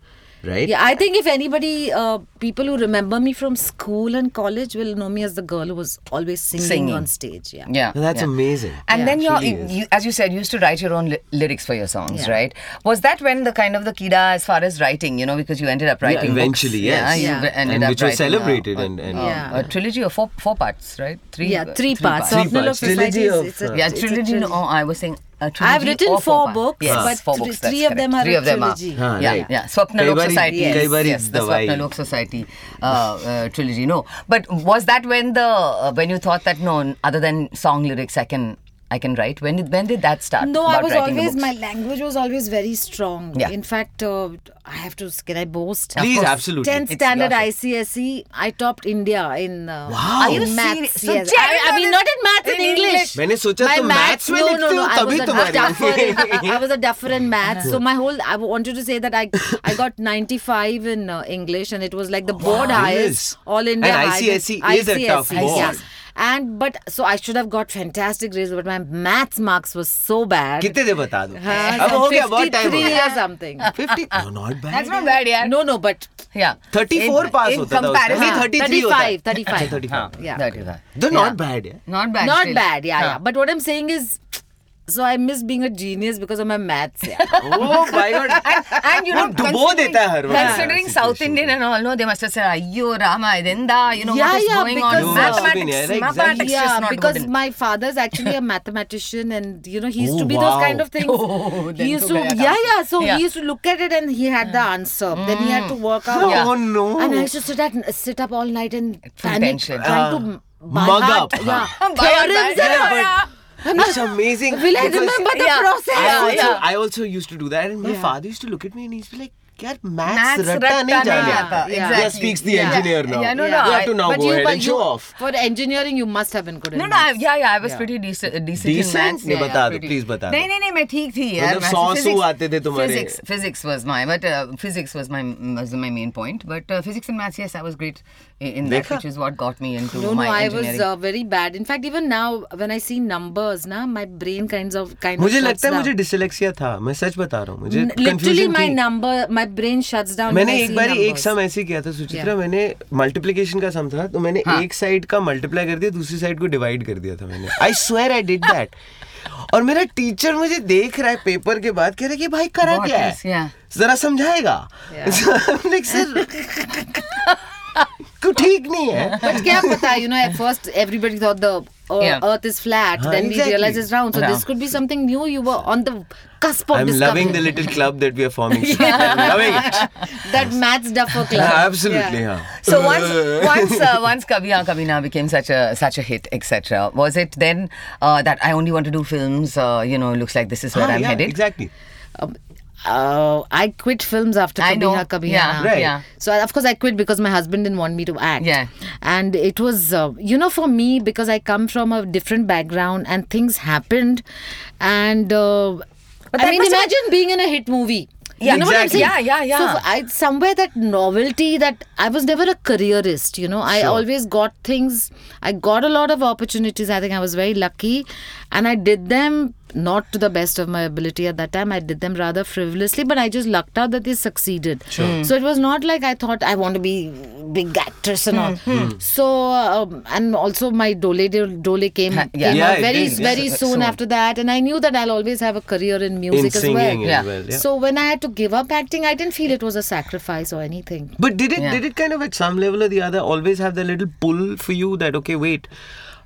[SPEAKER 3] right?
[SPEAKER 5] Yeah, I think if anybody, uh, people who remember me from school and college will know me as the girl who was always singing,
[SPEAKER 2] Singing.
[SPEAKER 5] on stage. Yeah.
[SPEAKER 2] Yeah.
[SPEAKER 3] That's
[SPEAKER 2] yeah.
[SPEAKER 3] amazing.
[SPEAKER 2] And then you're,
[SPEAKER 3] Truly is.
[SPEAKER 2] you, as you said, you used to write your own ly- lyrics for your songs,
[SPEAKER 5] Yeah.
[SPEAKER 2] right? Was that when the kind of the kida as far as writing, you know, because you ended up writing books.
[SPEAKER 3] eventually, yes.
[SPEAKER 2] Yeah, you
[SPEAKER 5] Yeah.
[SPEAKER 2] ended
[SPEAKER 3] And
[SPEAKER 2] up
[SPEAKER 3] which was
[SPEAKER 2] writing, uh,
[SPEAKER 3] celebrated
[SPEAKER 2] a-
[SPEAKER 3] and- and-
[SPEAKER 2] um,
[SPEAKER 5] Yeah.
[SPEAKER 2] a trilogy of four four parts, right? Three.
[SPEAKER 5] Yeah,
[SPEAKER 2] uh,
[SPEAKER 5] three, parts.
[SPEAKER 3] parts.
[SPEAKER 5] of Nilo
[SPEAKER 3] Three parts.
[SPEAKER 5] Society
[SPEAKER 3] Trilogy
[SPEAKER 5] is- it's
[SPEAKER 3] of,
[SPEAKER 5] a-
[SPEAKER 3] uh,
[SPEAKER 2] Yeah,
[SPEAKER 5] it's a
[SPEAKER 2] trilogy. No, oh, I was saying a trilogy.
[SPEAKER 5] I've written
[SPEAKER 2] or
[SPEAKER 5] four
[SPEAKER 2] parts.
[SPEAKER 5] books,
[SPEAKER 2] Yes,
[SPEAKER 5] but
[SPEAKER 2] four
[SPEAKER 5] three-
[SPEAKER 2] books. that's
[SPEAKER 5] three of them
[SPEAKER 2] correct.
[SPEAKER 5] are
[SPEAKER 2] Three
[SPEAKER 5] a
[SPEAKER 2] of them are.
[SPEAKER 5] trilogy.
[SPEAKER 3] Huh,
[SPEAKER 2] yeah,
[SPEAKER 3] right.
[SPEAKER 2] yeah. Swapna
[SPEAKER 3] Kai
[SPEAKER 2] Lok
[SPEAKER 3] Bari-
[SPEAKER 2] Society.
[SPEAKER 3] Kai
[SPEAKER 2] Yes,
[SPEAKER 3] Bari
[SPEAKER 2] yes, the
[SPEAKER 3] Dawai.
[SPEAKER 2] Swapna Lok Society uh, uh, trilogy. No, but was that when the uh, when you thought that no, other than song lyrics, I can I can write? When did when did that start?
[SPEAKER 5] No, I
[SPEAKER 2] about
[SPEAKER 5] was
[SPEAKER 2] writing the
[SPEAKER 5] always
[SPEAKER 2] books?
[SPEAKER 5] my language was always very strong.
[SPEAKER 2] Yeah.
[SPEAKER 5] In fact, uh, I have to can I boast?
[SPEAKER 3] Please,
[SPEAKER 2] course.
[SPEAKER 3] absolutely.
[SPEAKER 5] Tenth standard ICSE, E, I topped India in. Uh,
[SPEAKER 3] Wow. Are
[SPEAKER 5] in
[SPEAKER 3] you
[SPEAKER 2] serious?
[SPEAKER 5] maths?
[SPEAKER 2] So
[SPEAKER 5] yes. I, I
[SPEAKER 2] general
[SPEAKER 5] mean, not in maths, in,
[SPEAKER 2] in
[SPEAKER 5] English.
[SPEAKER 2] English.
[SPEAKER 3] मैंने सोचा
[SPEAKER 5] My
[SPEAKER 3] तुम maths में
[SPEAKER 5] no,
[SPEAKER 3] लिखते
[SPEAKER 5] no, no,
[SPEAKER 3] हो,
[SPEAKER 5] I
[SPEAKER 3] तभी
[SPEAKER 5] was a
[SPEAKER 3] तुम्हारी-
[SPEAKER 5] duffer in- I was a duffer in maths. So my whole, I wanted to say that I, I got 95 in uh, English, and it was like the board
[SPEAKER 3] Wow.
[SPEAKER 5] highest,
[SPEAKER 3] Yes.
[SPEAKER 5] all India.
[SPEAKER 3] Oh, And
[SPEAKER 5] highest-
[SPEAKER 3] ICSE E is a tough
[SPEAKER 5] ICSE,
[SPEAKER 3] board.
[SPEAKER 5] E, yes. And but so I should have got fantastic grades, but my maths marks were so bad.
[SPEAKER 3] कितने थे बता दो
[SPEAKER 5] हाँ,
[SPEAKER 3] अब हो गया बहुत time हो
[SPEAKER 5] 53
[SPEAKER 3] गया
[SPEAKER 5] or something.
[SPEAKER 3] 50 no, not bad
[SPEAKER 2] That's not bad, yeah.
[SPEAKER 5] No, no, but
[SPEAKER 2] Yeah.
[SPEAKER 3] 34
[SPEAKER 2] in,
[SPEAKER 3] pass
[SPEAKER 2] in
[SPEAKER 3] होता था उसका।
[SPEAKER 2] comparison-
[SPEAKER 3] नहीं, 33 होता है।
[SPEAKER 5] 35, 35.
[SPEAKER 3] अच्छा, 35
[SPEAKER 5] yeah.
[SPEAKER 2] That is right.
[SPEAKER 3] They're not bad, yeah.
[SPEAKER 2] Not bad.
[SPEAKER 5] Not
[SPEAKER 2] still.
[SPEAKER 5] bad, yeah,
[SPEAKER 2] Huh.
[SPEAKER 5] yeah. But what I'm saying is, so I miss being a genius because of my maths. Yeah.
[SPEAKER 3] Oh my God.
[SPEAKER 2] And you
[SPEAKER 3] वो
[SPEAKER 2] know,
[SPEAKER 3] डुबो
[SPEAKER 2] considering-
[SPEAKER 3] देता है हर वक्त
[SPEAKER 2] Considering
[SPEAKER 3] situation
[SPEAKER 2] South
[SPEAKER 3] को।
[SPEAKER 2] Indian and all, no, they must have said, "Ayyo, Rama, Idenda, you know
[SPEAKER 5] Yeah,
[SPEAKER 2] what is
[SPEAKER 5] yeah,
[SPEAKER 2] going
[SPEAKER 5] because,
[SPEAKER 2] on?
[SPEAKER 5] uh,
[SPEAKER 3] South Indian,
[SPEAKER 2] Mathematics,
[SPEAKER 3] yeah,
[SPEAKER 2] mathematics
[SPEAKER 5] yeah,
[SPEAKER 2] is not
[SPEAKER 5] because
[SPEAKER 2] good. in-
[SPEAKER 5] my father's actually a mathematician, and you know he used
[SPEAKER 3] Oh,
[SPEAKER 5] to be
[SPEAKER 3] wow.
[SPEAKER 5] those kind of things.
[SPEAKER 2] Oh, then
[SPEAKER 5] he used
[SPEAKER 2] to
[SPEAKER 5] to,
[SPEAKER 2] get
[SPEAKER 5] yeah,
[SPEAKER 2] answer.
[SPEAKER 5] yeah. So
[SPEAKER 2] Yeah.
[SPEAKER 5] he used to look at it, and he had the answer. Then he had to work out.
[SPEAKER 3] Yeah. Oh, no.
[SPEAKER 5] And I used to sit at, sit up all night and panic,
[SPEAKER 2] tension.
[SPEAKER 5] trying
[SPEAKER 3] Uh,
[SPEAKER 5] to by
[SPEAKER 3] mug
[SPEAKER 5] heart,
[SPEAKER 3] up.
[SPEAKER 5] Yeah,
[SPEAKER 2] By heart,
[SPEAKER 5] theorems
[SPEAKER 2] by-
[SPEAKER 5] and
[SPEAKER 2] Yeah,
[SPEAKER 5] all.
[SPEAKER 2] but-
[SPEAKER 5] I'm
[SPEAKER 3] It's
[SPEAKER 5] not-
[SPEAKER 3] amazing.
[SPEAKER 5] Will I
[SPEAKER 3] because-
[SPEAKER 5] remember the
[SPEAKER 2] Yeah.
[SPEAKER 5] process?
[SPEAKER 3] I also,
[SPEAKER 2] yeah.
[SPEAKER 3] I also used to do that, and my
[SPEAKER 5] Yeah.
[SPEAKER 3] father used to look at me and he'd be like, "यार maths,
[SPEAKER 2] Maths
[SPEAKER 3] रट्टा
[SPEAKER 2] रट्टा
[SPEAKER 3] नहीं
[SPEAKER 2] नहीं
[SPEAKER 3] जाने
[SPEAKER 5] आता,
[SPEAKER 3] आता."
[SPEAKER 5] yeah.
[SPEAKER 3] There speaks the
[SPEAKER 5] Yeah.
[SPEAKER 3] engineer now.
[SPEAKER 2] Yeah, no,
[SPEAKER 5] Yeah.
[SPEAKER 2] no,
[SPEAKER 3] You
[SPEAKER 2] I-
[SPEAKER 3] have to now
[SPEAKER 5] but
[SPEAKER 3] go
[SPEAKER 5] you,
[SPEAKER 3] ahead
[SPEAKER 5] but
[SPEAKER 3] and
[SPEAKER 5] you,
[SPEAKER 3] show off.
[SPEAKER 5] For engineering, you must have been good.
[SPEAKER 2] No,
[SPEAKER 5] in
[SPEAKER 2] no, I,
[SPEAKER 5] maths.
[SPEAKER 2] yeah, yeah, I was
[SPEAKER 5] Yeah.
[SPEAKER 2] pretty decent, decent in
[SPEAKER 3] Decent?
[SPEAKER 2] maths.
[SPEAKER 3] नहीं,
[SPEAKER 2] yeah,
[SPEAKER 3] बता
[SPEAKER 2] yeah,
[SPEAKER 3] दो,
[SPEAKER 2] pretty-
[SPEAKER 3] please बता दो।
[SPEAKER 2] नहीं नहीं नहीं मैं ठीक थी यार
[SPEAKER 3] मतलब
[SPEAKER 2] maths-
[SPEAKER 3] सौ सौ
[SPEAKER 2] physics-
[SPEAKER 3] आते थे तुम्हारे।
[SPEAKER 2] physics physics was my but uh, physics was my was my main point but uh, physics and maths yes I was great in, in that which is what got me into
[SPEAKER 5] No, no,
[SPEAKER 2] my
[SPEAKER 5] I
[SPEAKER 2] engineering.
[SPEAKER 5] was uh, very bad. In fact, even now, when I see numbers, na, my brain kinds of kind of.
[SPEAKER 3] मुझे
[SPEAKER 5] shuts
[SPEAKER 3] लगता है
[SPEAKER 5] down.
[SPEAKER 3] मुझे dyslexia था मैं सच बता रहा हूँ मुझे
[SPEAKER 5] N- Literally,
[SPEAKER 3] confusion
[SPEAKER 5] my
[SPEAKER 3] थी।
[SPEAKER 5] number, my brain shuts down. when
[SPEAKER 3] मैंने
[SPEAKER 5] I
[SPEAKER 3] एक
[SPEAKER 5] see
[SPEAKER 3] बार एक
[SPEAKER 5] numbers.
[SPEAKER 3] सम ऐसे किया था सुचित्रा
[SPEAKER 5] Yeah.
[SPEAKER 3] मैंने मल्टीप्लिकेशन का सम था तो मैंने एक साइड का मल्टीप्लाई कर दिया दूसरी साइड को डिवाइड कर दिया था मैंने I swear I did that और मेरा टीचर मुझे देख रहा है पेपर के बाद कह रहा है कि भाई करा
[SPEAKER 2] What
[SPEAKER 3] क्या
[SPEAKER 2] is- yeah.
[SPEAKER 3] है जरा समझाएगा I'm like, "Sir, को ठीक नहीं है
[SPEAKER 5] But kya pata, you know, at first everybody thought the uh,
[SPEAKER 2] Yeah.
[SPEAKER 5] Earth is flat.
[SPEAKER 3] Huh,
[SPEAKER 5] then
[SPEAKER 3] हाँ, exactly.
[SPEAKER 5] we realized it's round. So
[SPEAKER 2] Round.
[SPEAKER 5] this could be something new. You were on the cusp of
[SPEAKER 3] I'm
[SPEAKER 5] discovery.
[SPEAKER 3] loving the little club that we are forming. I'm loving it.
[SPEAKER 5] that maths duffer club.
[SPEAKER 3] Yeah, absolutely, हाँ.
[SPEAKER 5] Yeah.
[SPEAKER 3] huh?
[SPEAKER 2] So once, once, uh, once Kabhi Haan Kabhi Na became such a such a hit, etc. Was it then uh, that I only want to do films? Uh, you know, looks like this is where
[SPEAKER 3] Ah,
[SPEAKER 2] I'm
[SPEAKER 3] yeah,
[SPEAKER 2] headed.
[SPEAKER 3] Exactly.
[SPEAKER 5] Um, uh, I quit films after हाँ,
[SPEAKER 2] I
[SPEAKER 5] Kabhi
[SPEAKER 2] know.
[SPEAKER 5] Ha Kabhi
[SPEAKER 2] Yeah,
[SPEAKER 5] Ha.
[SPEAKER 3] Right.
[SPEAKER 2] yeah.
[SPEAKER 5] So I- of course I quit because my husband didn't want me to act.
[SPEAKER 2] Yeah.
[SPEAKER 5] And it was, uh, you know, for me because I come from a different background and things happened, and uh,
[SPEAKER 2] But
[SPEAKER 5] I
[SPEAKER 2] that
[SPEAKER 5] mean,
[SPEAKER 2] must have-
[SPEAKER 5] imagine being in a hit movie.
[SPEAKER 2] Yeah,
[SPEAKER 5] you know
[SPEAKER 2] exactly.
[SPEAKER 5] what I'm saying?
[SPEAKER 2] Yeah, yeah, yeah.
[SPEAKER 5] So I, somewhere that novelty that I was never a careerist. You know, I always got things. I got a lot of opportunities. I think I was very lucky, and I did them not to the best of my ability at that time. I did them rather frivolously, but I just lucked out that they succeeded. Mm. So it was not like I thought I want to be big actress and all.
[SPEAKER 3] Hmm.
[SPEAKER 5] Mm. So um, and also my Dole Dole came, came
[SPEAKER 3] Yeah,
[SPEAKER 5] out
[SPEAKER 3] it
[SPEAKER 5] very
[SPEAKER 3] did, uh, yeah.
[SPEAKER 5] very soon,
[SPEAKER 2] Soon.
[SPEAKER 5] after that, and I knew that I'll always have a career in music
[SPEAKER 3] in
[SPEAKER 5] as
[SPEAKER 3] singing as
[SPEAKER 5] well.
[SPEAKER 2] Yeah.
[SPEAKER 3] well. yeah.
[SPEAKER 5] So when I had to give up acting, I didn't feel it was a sacrifice or anything.
[SPEAKER 3] But did it
[SPEAKER 2] Yeah.
[SPEAKER 3] did it kind of at some level or the other always have that little pull for you that okay wait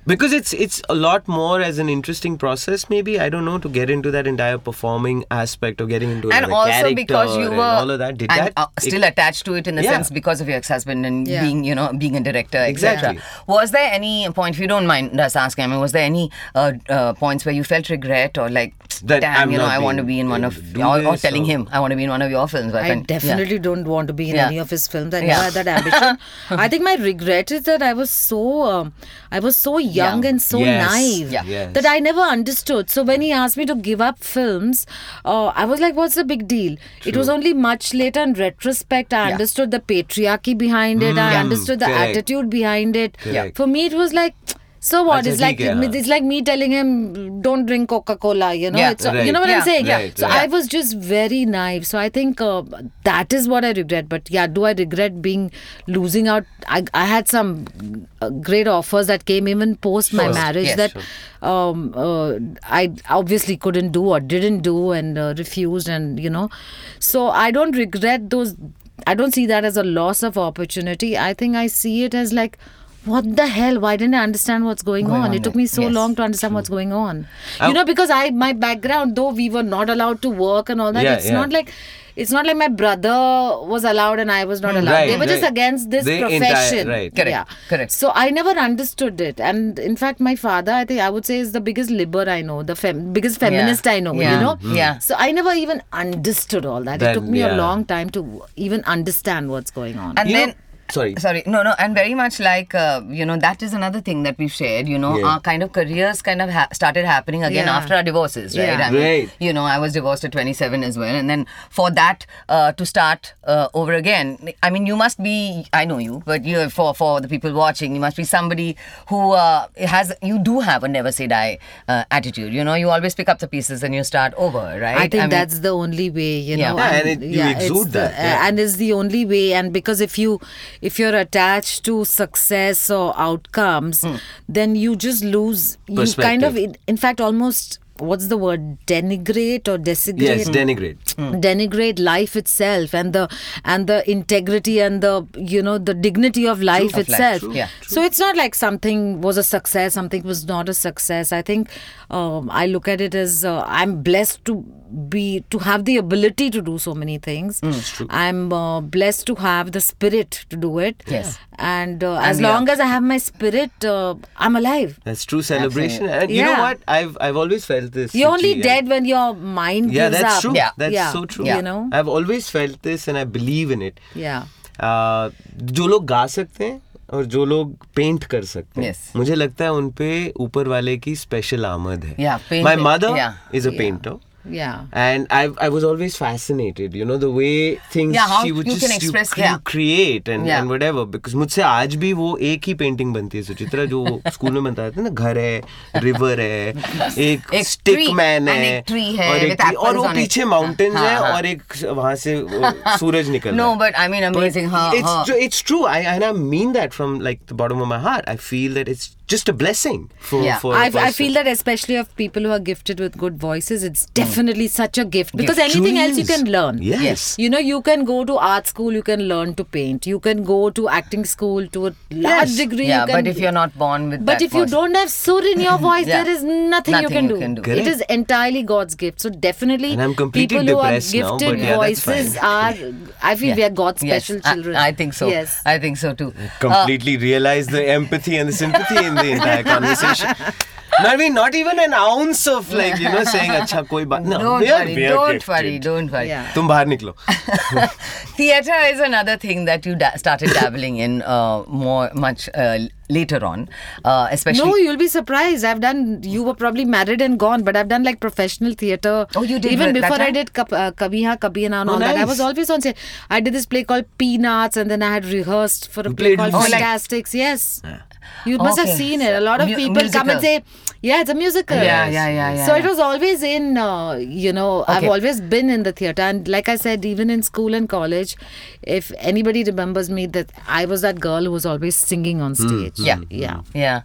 [SPEAKER 3] because it's it's a lot more as an interesting process maybe I don't know to get into that entire performing aspect of getting into
[SPEAKER 2] and
[SPEAKER 3] another
[SPEAKER 2] also
[SPEAKER 3] character
[SPEAKER 2] because you
[SPEAKER 3] and
[SPEAKER 2] were
[SPEAKER 3] all of that did
[SPEAKER 2] and,
[SPEAKER 3] that
[SPEAKER 2] uh,
[SPEAKER 3] it-
[SPEAKER 2] still attached to it in a
[SPEAKER 3] Yeah.
[SPEAKER 2] sense because of your ex-husband and
[SPEAKER 5] Yeah.
[SPEAKER 2] being you know being a director etc
[SPEAKER 3] Exactly.
[SPEAKER 2] was there any point if you don't mind us asking I mean was there any uh, uh, points where you felt regret or like
[SPEAKER 3] That
[SPEAKER 2] damn
[SPEAKER 3] I'm
[SPEAKER 2] you know
[SPEAKER 3] not
[SPEAKER 2] I want to
[SPEAKER 3] being
[SPEAKER 2] be in one
[SPEAKER 3] able
[SPEAKER 2] of
[SPEAKER 3] to do
[SPEAKER 2] or, or
[SPEAKER 3] this
[SPEAKER 2] telling
[SPEAKER 3] or-
[SPEAKER 2] him I want to be in one of your films I,
[SPEAKER 5] I definitely don't want to be in
[SPEAKER 2] Yeah.
[SPEAKER 5] any of his films. I
[SPEAKER 2] Yeah.
[SPEAKER 5] never had that ambition. I think my regret is that I was so um, I was so young
[SPEAKER 2] Young.
[SPEAKER 5] and so
[SPEAKER 3] Yes.
[SPEAKER 5] naive
[SPEAKER 3] Yeah. Yes.
[SPEAKER 5] that I never understood. So when he asked me to give up films, uh, I was like, "What's the big deal?" It was only much later in retrospect I
[SPEAKER 2] Yeah.
[SPEAKER 5] understood the patriarchy behind it. I understood the
[SPEAKER 3] Hmm. Correct.
[SPEAKER 5] attitude behind it.
[SPEAKER 3] Correct.
[SPEAKER 5] For me, it was like. So what?
[SPEAKER 3] Achha,
[SPEAKER 5] It's like
[SPEAKER 3] theek hai, haan.
[SPEAKER 5] it's like me telling him, "Don't drink Coca Cola." You know,
[SPEAKER 2] Yeah.
[SPEAKER 5] it's you
[SPEAKER 3] Right.
[SPEAKER 5] know what I'm
[SPEAKER 2] Yeah.
[SPEAKER 5] saying.
[SPEAKER 3] Right,
[SPEAKER 5] so
[SPEAKER 3] right.
[SPEAKER 5] I was just very naive. So I think uh, that is what I regret. But yeah, do I regret being losing out? I, I had some uh, great offers that came even post my marriage
[SPEAKER 2] Yes,
[SPEAKER 5] that um, uh, I obviously couldn't do or didn't do and uh, refused and you know. So I don't regret those. I don't see that as a loss of opportunity. I think I see it as like. What the hell? Why didn't I understand what's going, on?
[SPEAKER 2] on
[SPEAKER 5] It took
[SPEAKER 2] there.
[SPEAKER 5] me so
[SPEAKER 2] Yes.
[SPEAKER 5] long to understand what's going on. you know, because I my background, though we were not allowed to work and all that,
[SPEAKER 3] Yeah,
[SPEAKER 5] it's
[SPEAKER 3] yeah.
[SPEAKER 5] not like it's not like my brother was allowed and I was not allowed.
[SPEAKER 3] Mm, Right,
[SPEAKER 5] they were just
[SPEAKER 3] right.
[SPEAKER 5] against this
[SPEAKER 3] The entire-
[SPEAKER 5] profession.
[SPEAKER 3] right.
[SPEAKER 2] Correct,
[SPEAKER 5] Yeah.
[SPEAKER 2] correct.
[SPEAKER 5] So I never understood it. And in fact, my father, I think I would say is the biggest liber I know, the fem- biggest feminist I know,
[SPEAKER 2] Yeah.
[SPEAKER 5] you know?
[SPEAKER 2] Mm. Yeah.
[SPEAKER 5] So I never even understood all that.
[SPEAKER 3] Then,
[SPEAKER 5] it took me a
[SPEAKER 3] yeah.
[SPEAKER 5] long time to even understand what's going on.
[SPEAKER 2] and
[SPEAKER 3] You
[SPEAKER 2] then
[SPEAKER 3] know- sorry.
[SPEAKER 2] sorry no no and very much like uh, you know that is another thing that we've shared you know
[SPEAKER 3] Yeah.
[SPEAKER 2] our kind of careers kind of ha- started happening again
[SPEAKER 5] Yeah.
[SPEAKER 2] after our divorces right
[SPEAKER 5] Yeah.
[SPEAKER 2] I mean,
[SPEAKER 3] Right.
[SPEAKER 2] you know i was divorced at 27 as well and then for that uh, to start uh, over again i mean you must be i know you but you for for the people watching you must be somebody who uh, has you do have a never say die uh, attitude you know you always pick up the pieces and you start over right
[SPEAKER 5] I think
[SPEAKER 2] mean,
[SPEAKER 5] that's the only way, you
[SPEAKER 2] Yeah.
[SPEAKER 5] know.
[SPEAKER 3] Yeah, and it- you
[SPEAKER 5] it's
[SPEAKER 3] exude
[SPEAKER 5] the-
[SPEAKER 3] that, yeah.
[SPEAKER 5] and it's the only way. And because if you, if you're attached to success or outcomes,
[SPEAKER 3] Hmm.
[SPEAKER 5] then you just lose. You kind of, in in fact, almost what's the word? Denigrate or desigrate?
[SPEAKER 3] yes denigrate
[SPEAKER 5] denigrate life itself and the and the integrity and the you know the dignity of life
[SPEAKER 2] Of life,
[SPEAKER 5] itself
[SPEAKER 2] true, yeah.
[SPEAKER 5] so it's not like something was a success something was not a success i think um, i look at it as uh, i'm blessed to be to have the ability to do so many things i'm uh, blessed to have the spirit to do it
[SPEAKER 2] Yes.
[SPEAKER 5] and uh, as
[SPEAKER 2] the
[SPEAKER 5] long as i have my spirit uh, i'm alive
[SPEAKER 3] that's true celebration and you know
[SPEAKER 5] Yeah.
[SPEAKER 3] what I've I've always felt this
[SPEAKER 5] you're only
[SPEAKER 3] Suchi, I-
[SPEAKER 5] dead when your mind
[SPEAKER 3] yeah
[SPEAKER 5] gives
[SPEAKER 3] that's
[SPEAKER 5] up
[SPEAKER 3] true
[SPEAKER 2] Yeah.
[SPEAKER 3] that's
[SPEAKER 5] Yeah.
[SPEAKER 3] so true Uh,
[SPEAKER 5] Yeah. You know?
[SPEAKER 3] I've always felt this and I believe in it
[SPEAKER 5] yeah
[SPEAKER 3] आ, जो लोग गा सकते हैं और जो लोग paint कर सकते हैं
[SPEAKER 2] Yes.
[SPEAKER 3] मुझे लगता है उन पे ऊपर वाले की स्पेशल आमद है
[SPEAKER 2] Yeah, paint-
[SPEAKER 3] my mother
[SPEAKER 2] yeah.
[SPEAKER 3] Is a painter
[SPEAKER 5] yeah
[SPEAKER 3] And I, I was always fascinated, you know, the way things
[SPEAKER 2] Yeah, how
[SPEAKER 3] she would
[SPEAKER 2] you
[SPEAKER 3] just
[SPEAKER 2] can express,
[SPEAKER 3] you, cre-
[SPEAKER 2] yeah.
[SPEAKER 3] create and,
[SPEAKER 2] Yeah.
[SPEAKER 3] and whatever. Because मुझसे आज भी वो एक ही painting बनती है सुचित्रा जो वो school में बनता था ना घर है रिवर है एक,
[SPEAKER 2] एक
[SPEAKER 3] स्टिक
[SPEAKER 2] tree,
[SPEAKER 3] मैन
[SPEAKER 2] and
[SPEAKER 3] है
[SPEAKER 2] एक tree है
[SPEAKER 3] और एक
[SPEAKER 2] with
[SPEAKER 3] tree- और
[SPEAKER 2] apples
[SPEAKER 3] वो
[SPEAKER 2] on it.
[SPEAKER 3] पीछे माउंटेन्स
[SPEAKER 2] हाँ,
[SPEAKER 3] है
[SPEAKER 2] हाँ.
[SPEAKER 3] और एक वहां से वो सूरज निकल रहा
[SPEAKER 2] no
[SPEAKER 3] है
[SPEAKER 2] but i mean amazing her,
[SPEAKER 3] it's
[SPEAKER 2] her.
[SPEAKER 3] ju- it's true. I and I mean that from like the bottom of my heart. I feel that it's just a blessing for
[SPEAKER 2] Yeah.
[SPEAKER 3] for. a
[SPEAKER 5] I, I
[SPEAKER 3] person. Hmm.
[SPEAKER 5] feel that especially of people who are gifted with good voices, it's definitely such a gift because
[SPEAKER 3] Truly
[SPEAKER 5] anything else you
[SPEAKER 3] is.
[SPEAKER 5] can learn.
[SPEAKER 3] Yes.
[SPEAKER 2] Yes.
[SPEAKER 5] You know, you can go to art school, you can learn to paint, you can go to acting school to a large
[SPEAKER 3] Yes.
[SPEAKER 5] degree.
[SPEAKER 2] yeah
[SPEAKER 5] you can,
[SPEAKER 2] but if you're not born with
[SPEAKER 5] But
[SPEAKER 2] that
[SPEAKER 5] if you
[SPEAKER 2] pos-
[SPEAKER 5] don't have sur in your voice,
[SPEAKER 2] Yeah.
[SPEAKER 5] there is nothing, you,
[SPEAKER 2] Nothing
[SPEAKER 5] can,
[SPEAKER 2] you
[SPEAKER 5] do.
[SPEAKER 2] can do.
[SPEAKER 5] It
[SPEAKER 3] Correct.
[SPEAKER 5] is entirely God's gift. So definitely,
[SPEAKER 3] And I'm completely
[SPEAKER 5] people who are
[SPEAKER 3] depressed now, but
[SPEAKER 5] gifted
[SPEAKER 3] yeah, that's
[SPEAKER 5] voices are. I feel we are God's
[SPEAKER 2] Yes,
[SPEAKER 5] special
[SPEAKER 2] I-
[SPEAKER 5] children.
[SPEAKER 2] I, think so.
[SPEAKER 5] Yes.
[SPEAKER 2] I think so too. Uh,
[SPEAKER 3] completely realize the empathy and the sympathy in the entire conversation. I mean, not even an ounce of like, you know, saying, acha, koi baat. No,
[SPEAKER 2] Don't
[SPEAKER 3] we are,
[SPEAKER 2] worry,
[SPEAKER 3] we are
[SPEAKER 2] don't
[SPEAKER 3] gifted.
[SPEAKER 2] worry, don't worry.
[SPEAKER 5] Yeah.
[SPEAKER 3] तुम बाहर निकलो
[SPEAKER 2] theater is another thing that you da- started dabbling in uh, more much uh, later on uh, especially
[SPEAKER 5] No, you'll be surprised. I've done. You were probably married and gone, but I've done like professional theatre.
[SPEAKER 2] Oh, you did
[SPEAKER 5] Even
[SPEAKER 2] that- that
[SPEAKER 5] before I
[SPEAKER 2] time?
[SPEAKER 5] did Kab- uh, Kabhi Ha Kabhi Na and
[SPEAKER 3] Oh,
[SPEAKER 5] all that. I
[SPEAKER 3] nice.
[SPEAKER 5] was always on stage. I did this play called Peanuts, and then I had rehearsed for a play
[SPEAKER 3] played
[SPEAKER 5] called
[SPEAKER 2] music. Oh,
[SPEAKER 5] Fantastics. yes, you must have
[SPEAKER 2] Okay.
[SPEAKER 5] seen it. A lot of
[SPEAKER 2] Mu-
[SPEAKER 5] people come
[SPEAKER 2] musical.
[SPEAKER 5] and say, "Yeah, it's a musical."
[SPEAKER 2] Yeah, yeah, yeah, yeah,
[SPEAKER 5] So it
[SPEAKER 2] yeah.
[SPEAKER 5] was always in. Uh, you know, I've
[SPEAKER 2] Okay.
[SPEAKER 5] always been in the theatre, and like I said, even in school and college, if anybody remembers me, that I was that girl who was always singing on stage.
[SPEAKER 2] Hmm, Yeah.
[SPEAKER 3] Mm-hmm.
[SPEAKER 5] yeah.
[SPEAKER 2] yeah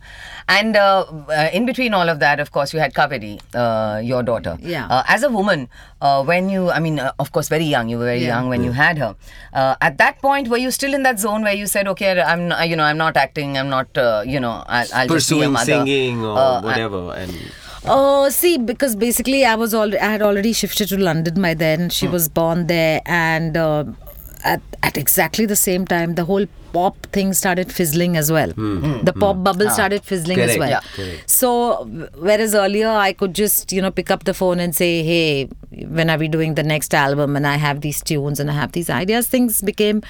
[SPEAKER 2] and uh, uh, in between all of that of course you had Kaveri uh, your daughter
[SPEAKER 5] Yeah.
[SPEAKER 2] uh, as a woman uh, when you I mean uh, of course very young you were very
[SPEAKER 5] Yeah.
[SPEAKER 2] young when you had her uh, at that point were you still in that zone where you said okay I'm n- you know I'm not acting I'm not uh, you know I'll, I'll just be a
[SPEAKER 3] pursuing
[SPEAKER 2] mother
[SPEAKER 3] singing or
[SPEAKER 2] Uh, I-
[SPEAKER 3] whatever and
[SPEAKER 5] Oh, see, because basically I was all I had already shifted to London by then. She
[SPEAKER 3] Hmm.
[SPEAKER 5] was born there, and uh, at at exactly the same time, the whole pop thing started fizzling as well. The pop bubble started fizzling as
[SPEAKER 3] Hmm. Ah. Correct,
[SPEAKER 5] well.
[SPEAKER 3] yeah, correct.
[SPEAKER 5] So whereas earlier I could just you know pick up the phone and say, hey, when are we doing the next album? And I have these tunes and I have these ideas. Things became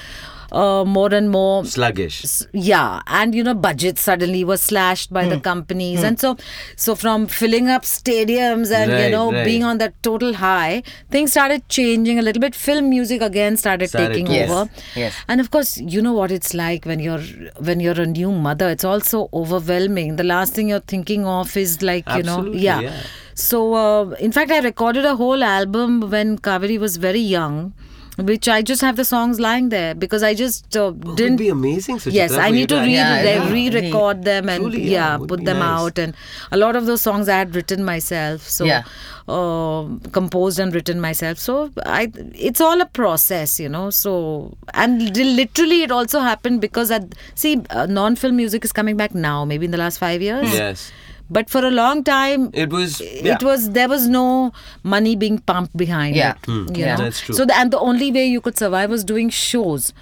[SPEAKER 5] uh, more and more
[SPEAKER 3] sluggish
[SPEAKER 5] s- yeah and you know budgets suddenly were slashed by the
[SPEAKER 3] Hmm.
[SPEAKER 5] companies and so so from filling up stadiums and you
[SPEAKER 3] Right,
[SPEAKER 5] know
[SPEAKER 3] right.
[SPEAKER 5] being on that total high things started changing a little bit film music again started,
[SPEAKER 3] Started
[SPEAKER 5] taking
[SPEAKER 3] to- Yes,
[SPEAKER 5] over
[SPEAKER 2] yes.
[SPEAKER 5] and of course you know what it's like when you're when you're a new mother it's also overwhelming the last thing you're thinking of is like you know
[SPEAKER 3] Absolutely,
[SPEAKER 5] yeah,
[SPEAKER 3] yeah.
[SPEAKER 5] so, uh, in fact, I recorded a whole album when Kaveri was very young, which I just have the songs lying there because I just uh,
[SPEAKER 3] didn't
[SPEAKER 5] didn't.
[SPEAKER 3] be amazing Suchitra,
[SPEAKER 5] yes, I
[SPEAKER 3] for you
[SPEAKER 5] need to
[SPEAKER 3] act.
[SPEAKER 5] re
[SPEAKER 2] Yeah,
[SPEAKER 5] re-
[SPEAKER 2] yeah.
[SPEAKER 5] re-record them and
[SPEAKER 3] Truly, yeah,
[SPEAKER 5] yeah,
[SPEAKER 3] would
[SPEAKER 5] put
[SPEAKER 3] be
[SPEAKER 5] them
[SPEAKER 3] nice.
[SPEAKER 5] out and a lot of those songs I had written myself, so
[SPEAKER 2] Yeah.
[SPEAKER 5] uh, composed and written myself. So I, it's all a process, you know. So and li- literally, it also happened because I see uh, non-film music is coming back now, maybe in the last five years.
[SPEAKER 3] yes
[SPEAKER 5] But for a long time,
[SPEAKER 3] it was yeah.
[SPEAKER 5] it was there was no money being pumped behind
[SPEAKER 2] Yeah.
[SPEAKER 5] it
[SPEAKER 2] Hmm.
[SPEAKER 5] you
[SPEAKER 2] Yeah.
[SPEAKER 5] know
[SPEAKER 3] That's true.
[SPEAKER 5] so the, and the only way you could survive was doing shows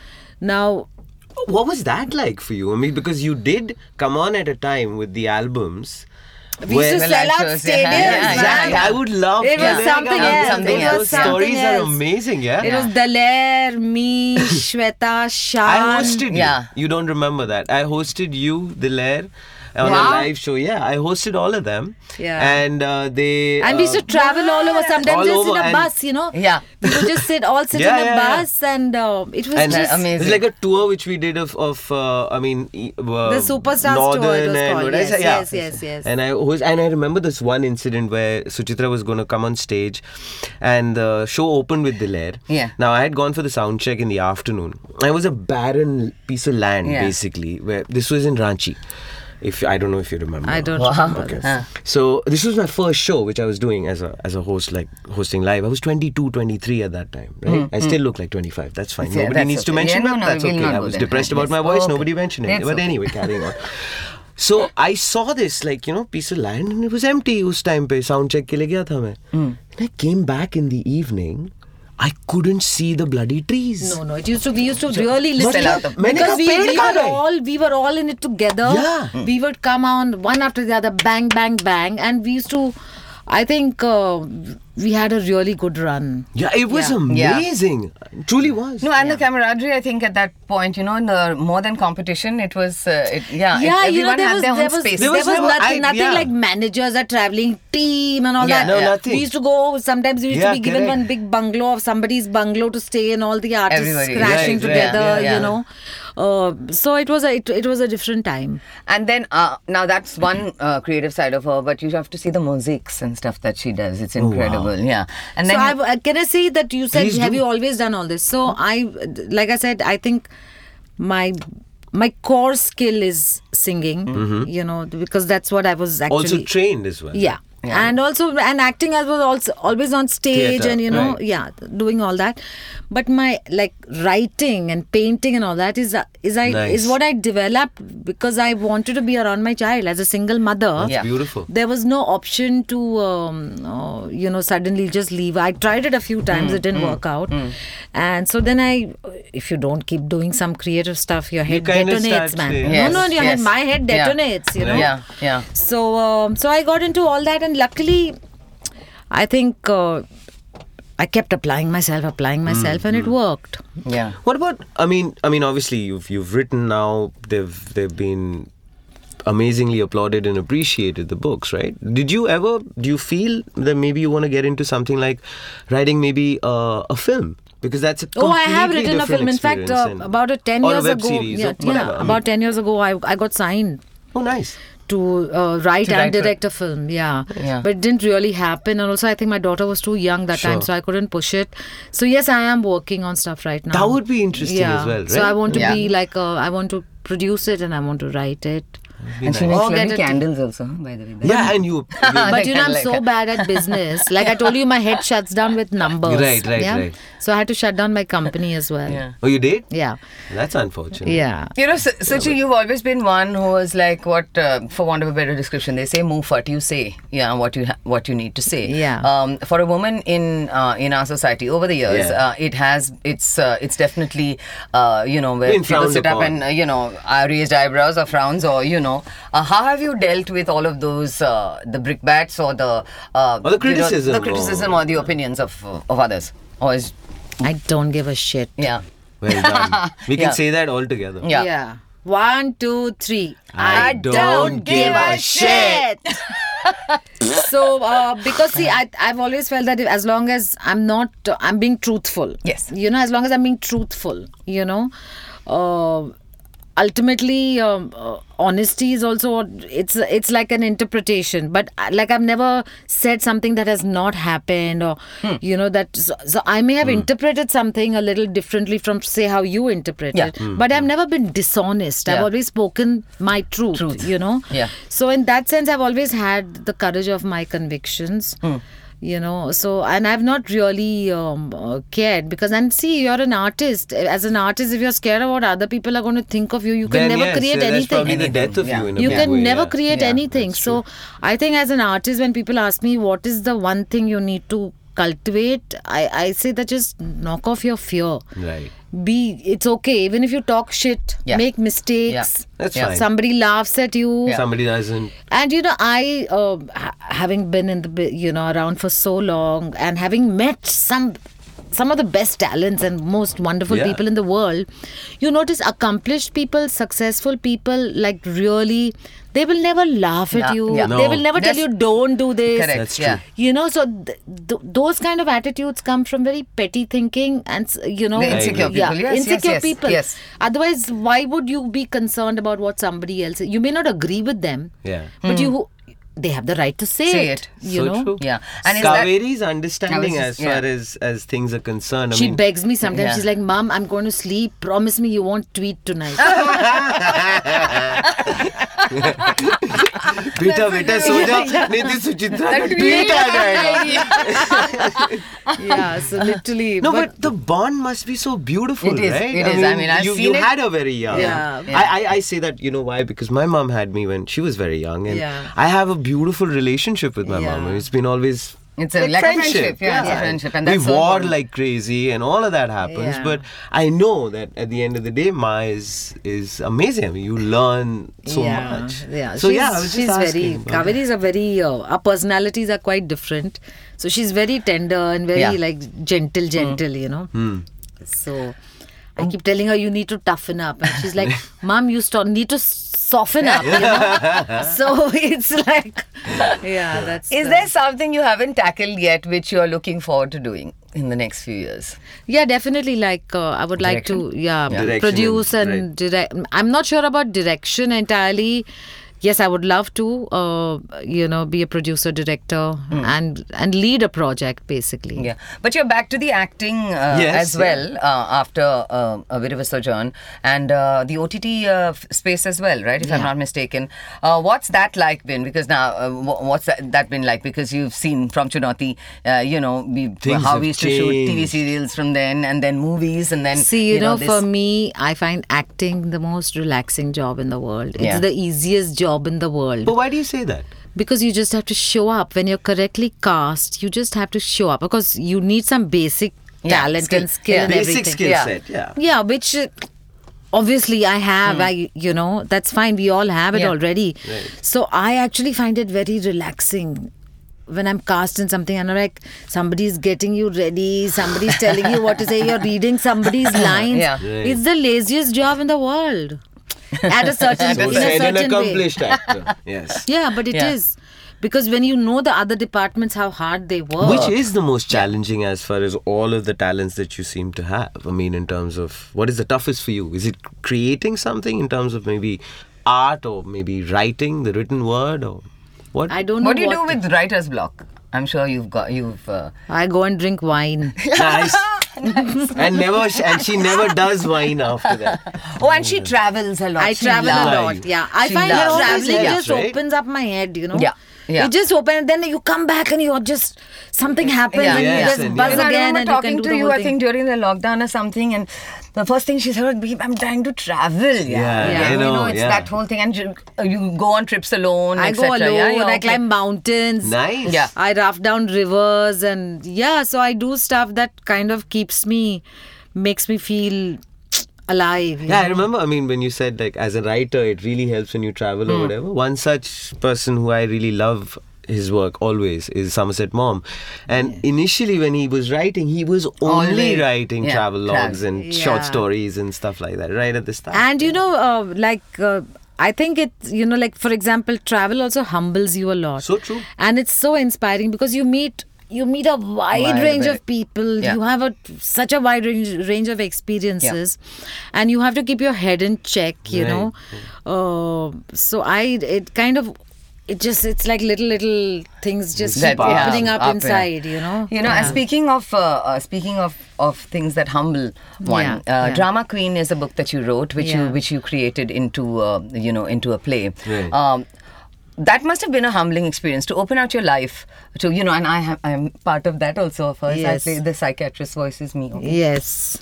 [SPEAKER 5] now
[SPEAKER 3] Oh, what was that like for you i mean because you did come on at a time with the albums
[SPEAKER 5] we used to
[SPEAKER 2] Well,
[SPEAKER 5] sell
[SPEAKER 2] I
[SPEAKER 5] out
[SPEAKER 2] chose, yeah,
[SPEAKER 5] stadiums
[SPEAKER 2] yeah,
[SPEAKER 3] exactly
[SPEAKER 5] man.
[SPEAKER 3] i would love
[SPEAKER 5] it
[SPEAKER 3] to
[SPEAKER 5] was
[SPEAKER 3] like,
[SPEAKER 5] something
[SPEAKER 3] I would
[SPEAKER 5] else
[SPEAKER 2] something
[SPEAKER 5] it
[SPEAKER 3] love-
[SPEAKER 5] was
[SPEAKER 3] those
[SPEAKER 5] something
[SPEAKER 3] stories
[SPEAKER 5] else.
[SPEAKER 3] are amazing yeah,
[SPEAKER 5] it was Daler, me, Shweta, Shah.
[SPEAKER 3] I hosted you.
[SPEAKER 2] Yeah.
[SPEAKER 3] You don't remember that. I hosted you, Dilair, on
[SPEAKER 5] Wow.
[SPEAKER 3] a live show. Yeah, I hosted all of them.
[SPEAKER 5] Yeah.
[SPEAKER 3] And uh, they.
[SPEAKER 5] And we used
[SPEAKER 3] uh,
[SPEAKER 5] to travel all over. Sometimes
[SPEAKER 3] All
[SPEAKER 5] just
[SPEAKER 3] over
[SPEAKER 5] in a
[SPEAKER 3] and-
[SPEAKER 5] bus, you know.
[SPEAKER 2] Yeah.
[SPEAKER 5] We would just sit, all sit
[SPEAKER 3] Yeah,
[SPEAKER 5] in a
[SPEAKER 3] yeah, yeah.
[SPEAKER 5] bus, and uh, it was
[SPEAKER 3] and
[SPEAKER 5] just
[SPEAKER 2] amazing.
[SPEAKER 3] It's like a tour which we did of, of uh, I mean, e- uh,
[SPEAKER 5] The Superstars tour it
[SPEAKER 3] Northern
[SPEAKER 5] was
[SPEAKER 3] and
[SPEAKER 5] called.
[SPEAKER 3] what I
[SPEAKER 5] Yes,
[SPEAKER 3] said, yeah.
[SPEAKER 5] yes, yes, yes.
[SPEAKER 3] And I was, and I remember this one incident where Suchitra was going to come on stage, and the show opened with Dilair.
[SPEAKER 2] Yeah.
[SPEAKER 3] Now I had gone for the sound check in the afternoon. I was a barren piece of land
[SPEAKER 2] Yeah.
[SPEAKER 3] basically. Where this was in Ranchi. If I don't know if you remember.
[SPEAKER 5] I don't
[SPEAKER 2] Wow.
[SPEAKER 5] remember.
[SPEAKER 3] Okay.
[SPEAKER 5] this.
[SPEAKER 2] Huh.
[SPEAKER 3] So this was my first show which I was doing as a as a host like hosting live. I was 22, 23 at that time, right?
[SPEAKER 2] Hmm.
[SPEAKER 3] I still look like 25. That's fine.
[SPEAKER 2] Yeah,
[SPEAKER 3] Nobody
[SPEAKER 2] that's
[SPEAKER 3] needs to
[SPEAKER 2] okay.
[SPEAKER 3] mention
[SPEAKER 2] Yeah, no,
[SPEAKER 3] that.
[SPEAKER 2] no,
[SPEAKER 3] that's
[SPEAKER 2] we'll
[SPEAKER 3] okay.
[SPEAKER 2] not
[SPEAKER 3] I
[SPEAKER 2] do
[SPEAKER 3] was
[SPEAKER 2] that.
[SPEAKER 3] depressed about my
[SPEAKER 2] Yes.
[SPEAKER 3] voice.
[SPEAKER 2] Okay.
[SPEAKER 3] Nobody mentioned it.
[SPEAKER 2] That's
[SPEAKER 3] but
[SPEAKER 2] okay.
[SPEAKER 3] anyway, carrying on. So I saw this like you know piece of land and it was empty उस time पे sound check के लिए गया था मैं.
[SPEAKER 2] Hmm.
[SPEAKER 3] And I came back in the evening. I couldn't see the bloody trees.
[SPEAKER 5] No, no. It used to. We used to really listen
[SPEAKER 3] Sell out the- मैंने
[SPEAKER 5] because
[SPEAKER 3] कहा,
[SPEAKER 5] we,
[SPEAKER 3] पेड़
[SPEAKER 5] we
[SPEAKER 3] कहाँ
[SPEAKER 5] were
[SPEAKER 3] गए?
[SPEAKER 5] all we were all in it together. Hmm.
[SPEAKER 3] Yeah.
[SPEAKER 5] We would come on one after the other, bang, bang, bang, and we used to. I think uh, we had a really good run.
[SPEAKER 3] Yeah, it was
[SPEAKER 2] Yeah.
[SPEAKER 3] amazing. Truly was.
[SPEAKER 2] No, and the camaraderie. I think at that point, you know, in the, more than competition, it was, uh, it, yeah,
[SPEAKER 5] Yeah,
[SPEAKER 2] it,
[SPEAKER 5] you know
[SPEAKER 2] everyone
[SPEAKER 5] there
[SPEAKER 2] had
[SPEAKER 5] was
[SPEAKER 2] their
[SPEAKER 5] there
[SPEAKER 2] own
[SPEAKER 5] was,
[SPEAKER 2] space.
[SPEAKER 5] there
[SPEAKER 3] There
[SPEAKER 5] was
[SPEAKER 3] was never-
[SPEAKER 5] nothing
[SPEAKER 3] I-
[SPEAKER 5] nothing
[SPEAKER 3] yeah.
[SPEAKER 5] like managers, a traveling team, and all
[SPEAKER 2] Yeah,
[SPEAKER 5] that.
[SPEAKER 2] no,
[SPEAKER 3] Yeah. nothing.
[SPEAKER 5] We used to go. Sometimes we used to
[SPEAKER 3] Yeah,
[SPEAKER 5] be given
[SPEAKER 3] correct.
[SPEAKER 5] one big bungalow of somebody's bungalow to stay, and all the artists
[SPEAKER 2] Everybody.
[SPEAKER 5] crashing
[SPEAKER 3] Right, right.
[SPEAKER 5] together.
[SPEAKER 2] Yeah,
[SPEAKER 5] You
[SPEAKER 2] yeah.
[SPEAKER 5] know, uh, so it was a it, it was a different time.
[SPEAKER 2] And then uh, now that's one uh, creative side of her, but you have to see the mosaics and stuff that she does. It's incredible, yeah. And then
[SPEAKER 5] so
[SPEAKER 2] you-
[SPEAKER 5] I've, uh, can I say that you said
[SPEAKER 3] Please
[SPEAKER 5] have
[SPEAKER 3] do.
[SPEAKER 5] you always done all this? So I, like I said, I think my my core skill is singing. You know because that's what I was actually
[SPEAKER 3] Mm-hmm. Also trained as well.
[SPEAKER 5] Yeah. And also, and acting as was also always on stage,
[SPEAKER 4] Theatre,
[SPEAKER 5] and you know,
[SPEAKER 4] right.
[SPEAKER 5] yeah, doing all that. But my like writing and painting and all that is is I
[SPEAKER 4] Nice.
[SPEAKER 5] is what I developed because I wanted to be around my child as a single mother.
[SPEAKER 2] Yeah.
[SPEAKER 4] Beautiful.
[SPEAKER 5] There was no option to, um, uh, you know, suddenly just leave. I tried it a few
[SPEAKER 2] Mm.
[SPEAKER 5] times, it didn't work out. And so then I, if you don't keep doing some creative stuff, your head
[SPEAKER 4] kinda
[SPEAKER 5] detonates,
[SPEAKER 4] start
[SPEAKER 5] man.
[SPEAKER 4] saying-
[SPEAKER 2] Yes,
[SPEAKER 5] no, no, your
[SPEAKER 2] yes.
[SPEAKER 5] head, my head
[SPEAKER 2] Yeah.
[SPEAKER 5] detonates, you know.
[SPEAKER 2] Yeah, yeah.
[SPEAKER 5] So, um, so I got into all that, and luckily, I think uh, I kept applying myself,
[SPEAKER 3] Hmm,
[SPEAKER 5] applying myself, and it worked.
[SPEAKER 2] Yeah.
[SPEAKER 3] What about? I mean, I mean, obviously you've you've written now. They've they've been amazingly applauded and appreciated the books, right? Did you ever? Do you feel that maybe you want to get into something like writing maybe uh, a film? Because that's a
[SPEAKER 5] Oh, I have
[SPEAKER 3] completely
[SPEAKER 5] written a
[SPEAKER 3] different
[SPEAKER 5] film. In fact,
[SPEAKER 3] experience
[SPEAKER 5] uh,
[SPEAKER 3] and-
[SPEAKER 5] about a ten
[SPEAKER 3] or
[SPEAKER 5] years
[SPEAKER 3] a web
[SPEAKER 5] ago,
[SPEAKER 3] series or
[SPEAKER 5] yeah,
[SPEAKER 3] whatever.
[SPEAKER 5] yeah,
[SPEAKER 3] I mean-
[SPEAKER 5] about ten years ago, I I got signed.
[SPEAKER 3] oh, nice.
[SPEAKER 5] to uh, write
[SPEAKER 2] To
[SPEAKER 5] and
[SPEAKER 2] write a-
[SPEAKER 5] direct a film yeah.
[SPEAKER 2] Yeah.
[SPEAKER 5] but it didn't really happen and also i think my daughter was too young that time so i couldn't push it so yes i am working on stuff right now
[SPEAKER 3] That would be interesting
[SPEAKER 5] yeah.
[SPEAKER 3] as well,
[SPEAKER 5] so
[SPEAKER 3] right?
[SPEAKER 5] i want to
[SPEAKER 2] Yeah.
[SPEAKER 5] be like uh, I want to produce it and i want to write it
[SPEAKER 2] And she makes
[SPEAKER 5] Or
[SPEAKER 2] lovely
[SPEAKER 5] get a-
[SPEAKER 2] candles also, huh, by the way.
[SPEAKER 3] Yeah, and you. you
[SPEAKER 5] but you know i'm
[SPEAKER 2] Like
[SPEAKER 5] so
[SPEAKER 2] that.
[SPEAKER 5] bad at business like i told you my head shuts down with numbers
[SPEAKER 3] Right, right,
[SPEAKER 5] yeah?
[SPEAKER 3] right.
[SPEAKER 5] so i had to shut down my company as well
[SPEAKER 2] Yeah.
[SPEAKER 3] oh, you did?
[SPEAKER 5] yeah
[SPEAKER 3] That's unfortunate.
[SPEAKER 5] yeah
[SPEAKER 2] You know, Su- Suchi, you've always been one who was like, what, uh, for want of a better description, they say, move what you say, yeah, what you ha- what you need to say.
[SPEAKER 5] Yeah.
[SPEAKER 2] Um, for a woman in uh, in our society, over the years,
[SPEAKER 3] Yeah.
[SPEAKER 2] uh, it has it's uh, it's definitely uh, you know where
[SPEAKER 3] Been
[SPEAKER 2] people
[SPEAKER 3] frowned
[SPEAKER 2] sit up
[SPEAKER 3] upon.
[SPEAKER 2] and uh, you know uh, raised eyebrows or frowns or you know uh, how have you dealt with all of those uh, the brickbats or the uh,
[SPEAKER 3] Or the
[SPEAKER 2] you know,
[SPEAKER 3] criticism
[SPEAKER 2] the
[SPEAKER 3] or-
[SPEAKER 2] criticism or, the opinions of of others, or is
[SPEAKER 5] i don't give a shit
[SPEAKER 2] yeah.
[SPEAKER 3] Well done. We can
[SPEAKER 2] Yeah.
[SPEAKER 3] say that all together.
[SPEAKER 2] Yeah.
[SPEAKER 5] One, two, three.
[SPEAKER 3] I don't give a shit.
[SPEAKER 5] so, uh, because see, I, I've always felt that if, as long as I'm not, uh, I'm being truthful.
[SPEAKER 2] Yes.
[SPEAKER 5] You know, as long as I'm being truthful, you know, uh, ultimately, um, uh, honesty is also, what- it's it's like an interpretation. But I- like I've never said something that has not happened or,
[SPEAKER 2] Hmm.
[SPEAKER 5] you know, that, so, so I may have interpreted something a little differently from, say, how you interpret
[SPEAKER 2] Yeah. Hmm.
[SPEAKER 5] it. But I've never been dishonest. I've
[SPEAKER 2] Yeah.
[SPEAKER 5] always spoken my truth,
[SPEAKER 2] Truth.
[SPEAKER 5] you know
[SPEAKER 2] Yeah.
[SPEAKER 5] so in that sense i've always had the courage of my convictions
[SPEAKER 3] Hmm.
[SPEAKER 5] you know so and i've not really um, uh, cared because and see you're an artist as an artist if you're scared of what other people are going to think of you you can
[SPEAKER 3] Then
[SPEAKER 5] never
[SPEAKER 3] yes,
[SPEAKER 5] create
[SPEAKER 3] that's
[SPEAKER 5] anything
[SPEAKER 3] probably the death of
[SPEAKER 2] Yeah.
[SPEAKER 3] you in a
[SPEAKER 5] you
[SPEAKER 3] big
[SPEAKER 5] can
[SPEAKER 3] way,
[SPEAKER 5] never
[SPEAKER 3] yeah.
[SPEAKER 5] create
[SPEAKER 2] Yeah,
[SPEAKER 5] anything so i think as an artist when people ask me what is the one thing you need to cultivate i, I say that just knock off your fear
[SPEAKER 3] Right.
[SPEAKER 5] be it's okay even if you talk shit
[SPEAKER 2] Yeah.
[SPEAKER 5] make mistakes
[SPEAKER 2] Yeah.
[SPEAKER 3] That's fine.
[SPEAKER 5] somebody laughs at you
[SPEAKER 3] Somebody doesn't.
[SPEAKER 5] and you know, I uh, ha- having been in the bi- you know around for so long, and having met some some of the best talents and most wonderful
[SPEAKER 3] Yeah.
[SPEAKER 5] people in the world, you notice accomplished people, successful people, like really, they will never laugh at
[SPEAKER 2] Yeah.
[SPEAKER 5] you.
[SPEAKER 2] Yeah.
[SPEAKER 5] They
[SPEAKER 3] No.
[SPEAKER 5] will never tell
[SPEAKER 2] That's-
[SPEAKER 5] you don't do this.
[SPEAKER 2] Correct.
[SPEAKER 3] That's
[SPEAKER 2] yeah.
[SPEAKER 3] true.
[SPEAKER 5] You know, so th- th- those kind of attitudes come from very petty thinking, and s- you know,
[SPEAKER 2] The insecure
[SPEAKER 5] yeah,
[SPEAKER 2] people. Yes, yes,
[SPEAKER 5] insecure
[SPEAKER 2] yes,
[SPEAKER 5] people.
[SPEAKER 2] yes.
[SPEAKER 5] Otherwise, why would you be concerned about what somebody else? You may not agree with them,
[SPEAKER 3] Yeah.
[SPEAKER 5] but you, they have the right to say,
[SPEAKER 2] Hmm. Say it.
[SPEAKER 5] You
[SPEAKER 3] so
[SPEAKER 5] know,
[SPEAKER 3] true.
[SPEAKER 2] Yeah. And
[SPEAKER 3] And
[SPEAKER 2] is that-
[SPEAKER 3] Kaveri's understanding
[SPEAKER 2] I was
[SPEAKER 3] as
[SPEAKER 2] just- yeah.
[SPEAKER 3] far as as things are concerned. I
[SPEAKER 5] she
[SPEAKER 3] mean,
[SPEAKER 5] begs me sometimes.
[SPEAKER 2] Yeah.
[SPEAKER 5] She's like, "Mom, I'm going to sleep. Promise me you won't tweet tonight."
[SPEAKER 3] बेटा बेटा सो जा नहीं तो सुचित्रा का tweet आ जाएगा
[SPEAKER 5] yeah, so literally.
[SPEAKER 3] No, but, the bond must be so beautiful,
[SPEAKER 2] It is,
[SPEAKER 3] right?
[SPEAKER 2] it is. I mean, I've
[SPEAKER 3] you,
[SPEAKER 2] seen
[SPEAKER 3] you
[SPEAKER 2] it.
[SPEAKER 3] had a very young.
[SPEAKER 5] Yeah.
[SPEAKER 2] Yeah.
[SPEAKER 3] I, I, I say that, you know why? Because my mom had me when she was very young, and
[SPEAKER 5] Yeah.
[SPEAKER 3] I have a beautiful relationship with my mom.
[SPEAKER 5] Yeah.
[SPEAKER 3] It's been always.
[SPEAKER 2] It's a- like a friendship, yeah, it's a friendship, and that's
[SPEAKER 3] we
[SPEAKER 2] so
[SPEAKER 3] war
[SPEAKER 2] important.
[SPEAKER 3] like crazy, and all of that happens.
[SPEAKER 5] Yeah.
[SPEAKER 3] But I know that at the end of the day, Ma is is amazing. I mean, you learn so
[SPEAKER 5] yeah,
[SPEAKER 3] much.
[SPEAKER 5] Yeah,
[SPEAKER 3] So
[SPEAKER 5] she's,
[SPEAKER 3] yeah, I was just
[SPEAKER 5] she's very.
[SPEAKER 3] asking. about-
[SPEAKER 5] Kaveri's a very. Uh, our personalities are quite different, so she's very tender and very
[SPEAKER 2] Yeah.
[SPEAKER 5] like gentle,
[SPEAKER 3] Hmm.
[SPEAKER 5] gentle. You know. So, I keep telling her you need to toughen up, and she's like, "Mom, you st- need to soften up." You know? so it's like, yeah, that's.
[SPEAKER 2] Is
[SPEAKER 5] the-
[SPEAKER 2] there something you haven't tackled yet which you're looking forward to doing in the next few years?
[SPEAKER 5] Yeah, definitely. Like, uh, I would like to, yeah,
[SPEAKER 3] Direction
[SPEAKER 5] produce
[SPEAKER 3] and-
[SPEAKER 5] and direct. I'm not sure about direction entirely. yes, I would love to, uh, you know, be a producer, director, and and lead a project basically.
[SPEAKER 2] Hmm. Yeah, but you're back to the acting uh,
[SPEAKER 3] Yes,
[SPEAKER 2] as
[SPEAKER 3] yeah.
[SPEAKER 2] well uh, after uh, a bit of a sojourn and uh, the OTT uh, f- space as well, right? If I'm not mistaken, uh, what's that like been? Because now, uh, wh- what's that, that been like? Because you've seen from Chunauti, uh, you know, we,
[SPEAKER 3] Things
[SPEAKER 2] how
[SPEAKER 3] have
[SPEAKER 2] we used to shoot TV
[SPEAKER 3] changed.
[SPEAKER 2] serials from then, and then movies, and then
[SPEAKER 5] See, you, know,
[SPEAKER 2] this-
[SPEAKER 5] for me, I find acting the most relaxing job in the world. It's
[SPEAKER 2] Yeah. Oh.
[SPEAKER 5] the easiest job in the world.
[SPEAKER 3] But why do you say that?
[SPEAKER 5] because you just have to show up when you're correctly cast you just have to show up because you need some basic
[SPEAKER 2] Yeah,
[SPEAKER 5] talent
[SPEAKER 2] skill.
[SPEAKER 5] and skill
[SPEAKER 2] Yeah.
[SPEAKER 5] and
[SPEAKER 3] Basic
[SPEAKER 5] everything
[SPEAKER 3] skill
[SPEAKER 2] Yeah.
[SPEAKER 3] set, yeah.
[SPEAKER 5] yeah which uh, obviously i have i you know that's fine we all have it
[SPEAKER 2] Hmm. Yeah.
[SPEAKER 5] already so i actually find it very relaxing when i'm cast in something and i'm like somebody's getting you ready somebody's telling you what to say you're reading somebody's lines
[SPEAKER 2] Yeah.
[SPEAKER 5] it's the laziest job in the world at a certain
[SPEAKER 2] So
[SPEAKER 5] in
[SPEAKER 3] said
[SPEAKER 5] a
[SPEAKER 3] an
[SPEAKER 5] certain way
[SPEAKER 3] accomplished actor. Yes.
[SPEAKER 5] yeah, but it is
[SPEAKER 2] Yeah.
[SPEAKER 5] Because when you know the other departments, how hard they work.
[SPEAKER 3] Which is the most challenging as far as all of the talents that you seem to have? I mean, in terms of what is the toughest for you? Is it creating something in terms of maybe art or maybe writing the written word or what?
[SPEAKER 5] I don't know.
[SPEAKER 2] what do you do with writer's block? I'm sure you've got you've. Uh,
[SPEAKER 5] I go and drink wine.
[SPEAKER 3] nice. and never and she never does wine after that.
[SPEAKER 2] oh, and she travels a lot.
[SPEAKER 5] I
[SPEAKER 2] She
[SPEAKER 5] travel a
[SPEAKER 2] loves-
[SPEAKER 5] lot. Yeah, I
[SPEAKER 2] She
[SPEAKER 5] find
[SPEAKER 2] loves
[SPEAKER 5] that
[SPEAKER 2] it.
[SPEAKER 5] traveling
[SPEAKER 3] Yeah.
[SPEAKER 5] just
[SPEAKER 3] Right?
[SPEAKER 5] opens up my head. You know.
[SPEAKER 2] Yeah, yeah.
[SPEAKER 5] You just open, and then you come back, and you're just something happens,
[SPEAKER 2] Yeah.
[SPEAKER 5] and
[SPEAKER 3] Yes,
[SPEAKER 5] you just
[SPEAKER 3] and
[SPEAKER 5] buzz
[SPEAKER 2] Because I
[SPEAKER 5] again,
[SPEAKER 2] remember
[SPEAKER 5] and you
[SPEAKER 2] talking
[SPEAKER 5] can do
[SPEAKER 2] to
[SPEAKER 5] the
[SPEAKER 2] you,
[SPEAKER 5] whole
[SPEAKER 2] I think
[SPEAKER 5] thing.
[SPEAKER 2] during the lockdown or something, and the first thing she said, was, "Babe, I'm trying to travel." Yeah,
[SPEAKER 3] Yeah,
[SPEAKER 5] I
[SPEAKER 2] you know,
[SPEAKER 3] know,
[SPEAKER 2] it's
[SPEAKER 3] yeah.
[SPEAKER 2] that whole thing, and you, you go on trips alone.
[SPEAKER 5] I go
[SPEAKER 2] etc.
[SPEAKER 5] alone.
[SPEAKER 2] Yeah, yeah,
[SPEAKER 5] I
[SPEAKER 2] okay.
[SPEAKER 5] climb mountains.
[SPEAKER 3] Nice.
[SPEAKER 2] Yeah.
[SPEAKER 5] I raft down rivers, and yeah, so I do stuff that kind of keeps me, makes me feel alive. you
[SPEAKER 3] Yeah, I remember. I mean, when you said like as a writer, it really helps when you travel
[SPEAKER 5] Hmm.
[SPEAKER 3] or whatever. One such person who I really love his work always is Somerset Maugham. And initially, when he was writing, he was only
[SPEAKER 2] Always.
[SPEAKER 3] writing
[SPEAKER 2] Yeah,
[SPEAKER 3] travel logs
[SPEAKER 2] travel.
[SPEAKER 3] and short
[SPEAKER 5] Yeah.
[SPEAKER 3] stories and stuff like that. Right at the start.
[SPEAKER 5] And you know, uh, like uh, I think it, you know, like for example, travel also humbles you a lot.
[SPEAKER 3] So true.
[SPEAKER 5] And it's so inspiring because you meet you meet a wide,
[SPEAKER 2] Wide
[SPEAKER 5] range
[SPEAKER 2] array.
[SPEAKER 5] of people.
[SPEAKER 2] Yeah.
[SPEAKER 5] You have a such a wide range range of experiences, and you have to keep your head in check. You
[SPEAKER 3] Right.
[SPEAKER 5] know, uh, so I it kind of. It just it's like little little things just
[SPEAKER 2] That-
[SPEAKER 5] keep
[SPEAKER 2] yeah,
[SPEAKER 5] opening up,
[SPEAKER 2] up, yeah.
[SPEAKER 5] inside, you know.
[SPEAKER 2] You know, and
[SPEAKER 5] Yeah.
[SPEAKER 2] speaking of uh, uh, speaking of, of things that humble one,
[SPEAKER 5] Yeah,
[SPEAKER 2] uh,
[SPEAKER 5] yeah.
[SPEAKER 2] Drama Queen is a book that you wrote, which you
[SPEAKER 5] Yeah.
[SPEAKER 2] which you created into uh, you know into a play.
[SPEAKER 3] Right.
[SPEAKER 2] Um, that must have been a humbling experience to open out your life to you know, and I ha- I'm part of that also. Of course,
[SPEAKER 5] Yes.
[SPEAKER 2] I play the psychiatrist voice is me. Okay.
[SPEAKER 5] Yes.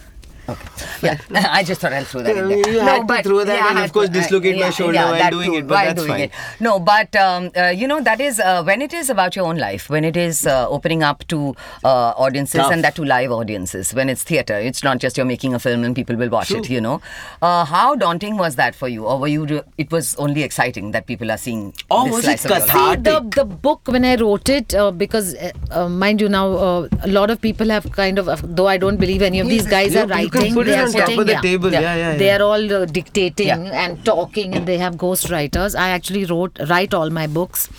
[SPEAKER 2] Yeah, I just thought I'll throw that in
[SPEAKER 3] Yeah,
[SPEAKER 2] there.
[SPEAKER 3] you had to throw that
[SPEAKER 2] I
[SPEAKER 3] and of
[SPEAKER 2] had to,
[SPEAKER 3] course
[SPEAKER 2] uh,
[SPEAKER 3] dislocate my shoulder while
[SPEAKER 2] that
[SPEAKER 3] doing
[SPEAKER 2] too,
[SPEAKER 3] it, but
[SPEAKER 2] while
[SPEAKER 3] that's
[SPEAKER 2] doing
[SPEAKER 3] fine.
[SPEAKER 2] it. No, but um, uh, you know that is uh, when it is about your own life, when it is uh, opening up to uh, audiences
[SPEAKER 3] Tough.
[SPEAKER 2] and that to live audiences. When it's theatre, it's not just you're making a film and people will watch it. You know, uh, how daunting was that for you, or were you? Re- it was only exciting that people are seeing.
[SPEAKER 3] Or
[SPEAKER 2] this
[SPEAKER 3] Oh, was it
[SPEAKER 2] slice of your life?
[SPEAKER 3] cathartic?
[SPEAKER 5] See, the, the book when I wrote it uh, because uh, uh, mind you now uh, a lot of people have kind of uh, though I don't believe any of these guys
[SPEAKER 3] You-
[SPEAKER 5] are
[SPEAKER 3] you
[SPEAKER 5] writing
[SPEAKER 3] can put
[SPEAKER 5] they
[SPEAKER 3] it
[SPEAKER 5] are
[SPEAKER 3] on top
[SPEAKER 5] putting-
[SPEAKER 3] of the
[SPEAKER 5] yeah.
[SPEAKER 3] table. Yeah, yeah, yeah.
[SPEAKER 5] they are all uh, dictating
[SPEAKER 2] Yeah.
[SPEAKER 5] and talking and they have ghost writers I actually wrote write all my books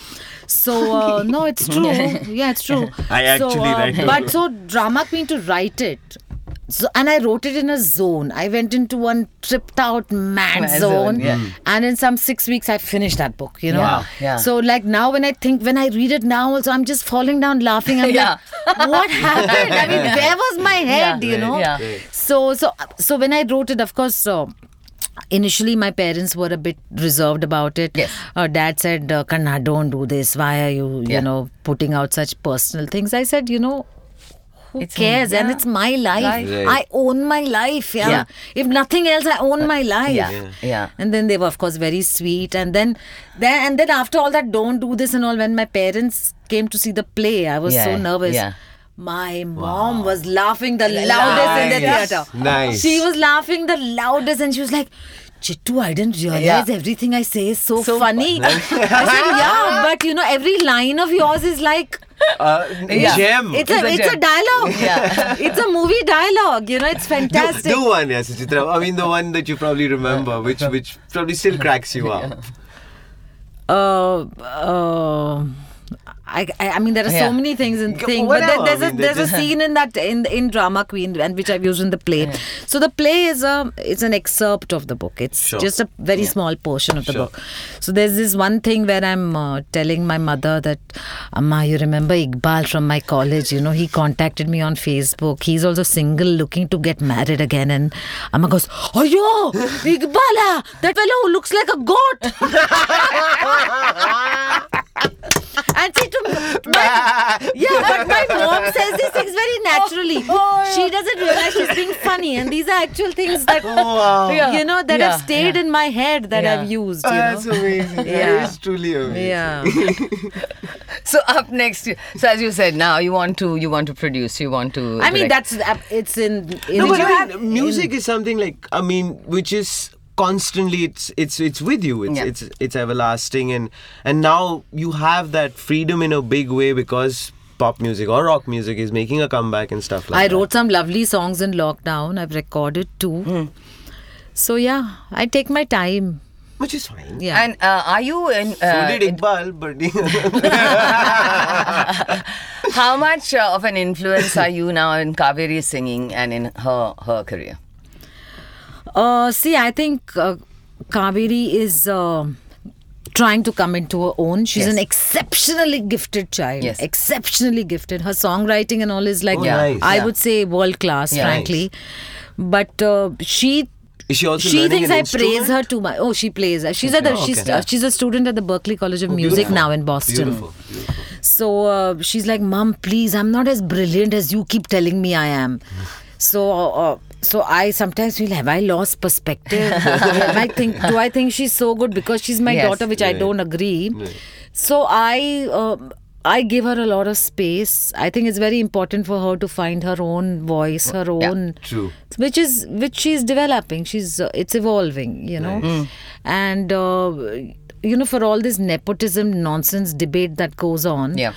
[SPEAKER 5] so uh, no it's true yeah it's true
[SPEAKER 3] I
[SPEAKER 5] so, uh,
[SPEAKER 3] actually write all
[SPEAKER 5] but so drama queen to write it so, and I wrote it in a zone. I went into one tripped out mad,
[SPEAKER 2] Mad
[SPEAKER 5] zone,
[SPEAKER 2] zone, yeah.
[SPEAKER 5] and in some six weeks I finished that book. You know,
[SPEAKER 2] Yeah, yeah.
[SPEAKER 5] so like now when I think when I read it now also I'm just falling down laughing. I'm
[SPEAKER 2] Yeah.
[SPEAKER 5] like, what happened? I mean, where was my head?
[SPEAKER 2] Yeah,
[SPEAKER 5] you know.
[SPEAKER 2] yeah.
[SPEAKER 5] So so so when I wrote it, of course. So, Initially, my parents were a bit reserved about it.
[SPEAKER 2] Yes.
[SPEAKER 5] Uh, Dad said, uh, "Kanha, don't do this. Why are you, you
[SPEAKER 2] Yeah.
[SPEAKER 5] know, putting out such personal things?" I said, "You know, who
[SPEAKER 2] It's
[SPEAKER 5] cares?
[SPEAKER 2] me.
[SPEAKER 5] And
[SPEAKER 2] Yeah.
[SPEAKER 5] it's my life.
[SPEAKER 2] Life.
[SPEAKER 3] Right.
[SPEAKER 5] I own my life. Yeah.
[SPEAKER 2] Yeah.
[SPEAKER 5] If nothing else, I own my life.
[SPEAKER 2] yeah, Yeah. yeah.
[SPEAKER 5] And then they were, of course, very sweet. And then, then, and then after all that, don't do this and all. When my parents came to see the play, I was so
[SPEAKER 2] Yeah,
[SPEAKER 5] nervous.
[SPEAKER 2] yeah.
[SPEAKER 5] My mom was laughing the loudest in the
[SPEAKER 3] Nice.
[SPEAKER 5] theater.
[SPEAKER 3] Nice.
[SPEAKER 5] She was laughing the loudest, and she was like. Chittu, I didn't realize
[SPEAKER 2] Yeah.
[SPEAKER 5] everything I say is so, funny. I said, yeah, but you know, every line of yours is like
[SPEAKER 3] Uh,
[SPEAKER 2] Yeah.
[SPEAKER 3] Gem.
[SPEAKER 5] it's a
[SPEAKER 2] a
[SPEAKER 5] it's a
[SPEAKER 2] gem.
[SPEAKER 5] dialogue. it's a movie dialogue. You know, it's
[SPEAKER 3] do,
[SPEAKER 5] fantastic.
[SPEAKER 3] do one, yeah, Suchitra. I mean, the one that you probably remember, which which probably still cracks you up.
[SPEAKER 5] Uh, uh, I, I I mean, there are so
[SPEAKER 2] Yeah.
[SPEAKER 5] many things in
[SPEAKER 4] Yeah,
[SPEAKER 5] thing, but there,
[SPEAKER 4] whatever.
[SPEAKER 5] there's
[SPEAKER 4] I
[SPEAKER 5] a
[SPEAKER 4] mean, they
[SPEAKER 5] there's a scene in that in in drama Queen, and which I've used in the play. So the play is a it's an excerpt of the book. It's
[SPEAKER 4] Sure.
[SPEAKER 5] just a very small portion of the
[SPEAKER 4] Sure.
[SPEAKER 5] book. So there's this one thing where I'm uh, telling my mother that, Amma, you remember Iqbal from my college? You know, he contacted me on Facebook. He's also single, looking to get married again. And Amma goes, Oh yo, Iqbala, that fellow who looks like a goat. And see, to my, yeah, but my mom says these things very naturally.
[SPEAKER 2] Oh,
[SPEAKER 5] She doesn't realize she's being funny, and these are actual things that you know that have
[SPEAKER 2] Oh, Yeah,
[SPEAKER 5] stayed in my head that I've used. You know?
[SPEAKER 4] amazing.
[SPEAKER 5] Yeah. is
[SPEAKER 4] truly amazing.
[SPEAKER 5] Yeah.
[SPEAKER 2] So up next, so as you said, now you want to you want to produce, you want to.
[SPEAKER 5] I mean,
[SPEAKER 2] direct.
[SPEAKER 5] that's uh, it's in. in
[SPEAKER 3] No, but
[SPEAKER 5] you
[SPEAKER 3] I
[SPEAKER 5] have-
[SPEAKER 3] mean, music is something like I mean, which is constantly it's it's it's with you. It's
[SPEAKER 2] Yeah.
[SPEAKER 3] it's it's everlasting, and and now you have that freedom in a big way because pop music or rock music is making a comeback and stuff like
[SPEAKER 5] I
[SPEAKER 3] that.
[SPEAKER 5] wrote some lovely songs in lockdown. I've recorded two.
[SPEAKER 2] Hmm.
[SPEAKER 5] So yeah, I take my time.
[SPEAKER 3] which is fine.
[SPEAKER 5] Yeah.
[SPEAKER 2] And uh, are you in?
[SPEAKER 3] So
[SPEAKER 2] Uh,
[SPEAKER 3] did Iqbal, but
[SPEAKER 2] how much uh, of an influence are you now in Kaveri's singing and in her her career?
[SPEAKER 5] Uh, see, I think uh, Kaveri is uh, trying to come into her own. She's
[SPEAKER 2] Yes.
[SPEAKER 5] an exceptionally gifted child.
[SPEAKER 2] Yes.
[SPEAKER 5] Exceptionally gifted. Her songwriting and all is like,
[SPEAKER 3] Oh, Yeah. nice.
[SPEAKER 5] I
[SPEAKER 2] Yeah.
[SPEAKER 5] would say, world class,
[SPEAKER 2] Yeah.
[SPEAKER 5] frankly. But uh, she.
[SPEAKER 3] is she also
[SPEAKER 5] She
[SPEAKER 3] learning
[SPEAKER 5] thinks
[SPEAKER 3] an
[SPEAKER 5] I
[SPEAKER 3] instrument?
[SPEAKER 5] praise her too much. Oh, she plays. She's at the,
[SPEAKER 3] Okay.
[SPEAKER 5] she's
[SPEAKER 3] Okay.
[SPEAKER 5] uh, she's a student at the Berkeley College of Music now in Boston.
[SPEAKER 3] Beautiful, beautiful.
[SPEAKER 5] So uh, she's like, "Mom, please, I'm not as brilliant as you keep telling me I am." so, uh, so I sometimes feel, have I lost perspective? Have I think, do I think she's so good because she's my
[SPEAKER 2] Yes.
[SPEAKER 5] daughter, which I don't agree. So I. Uh, I give her a lot of space. I think it's very important for her to find her own voice, her own
[SPEAKER 3] True.
[SPEAKER 5] which is which she's developing she's uh, it's evolving you know
[SPEAKER 2] Hmm.
[SPEAKER 5] and uh, you know for all this nepotism nonsense debate that goes on
[SPEAKER 2] Yeah.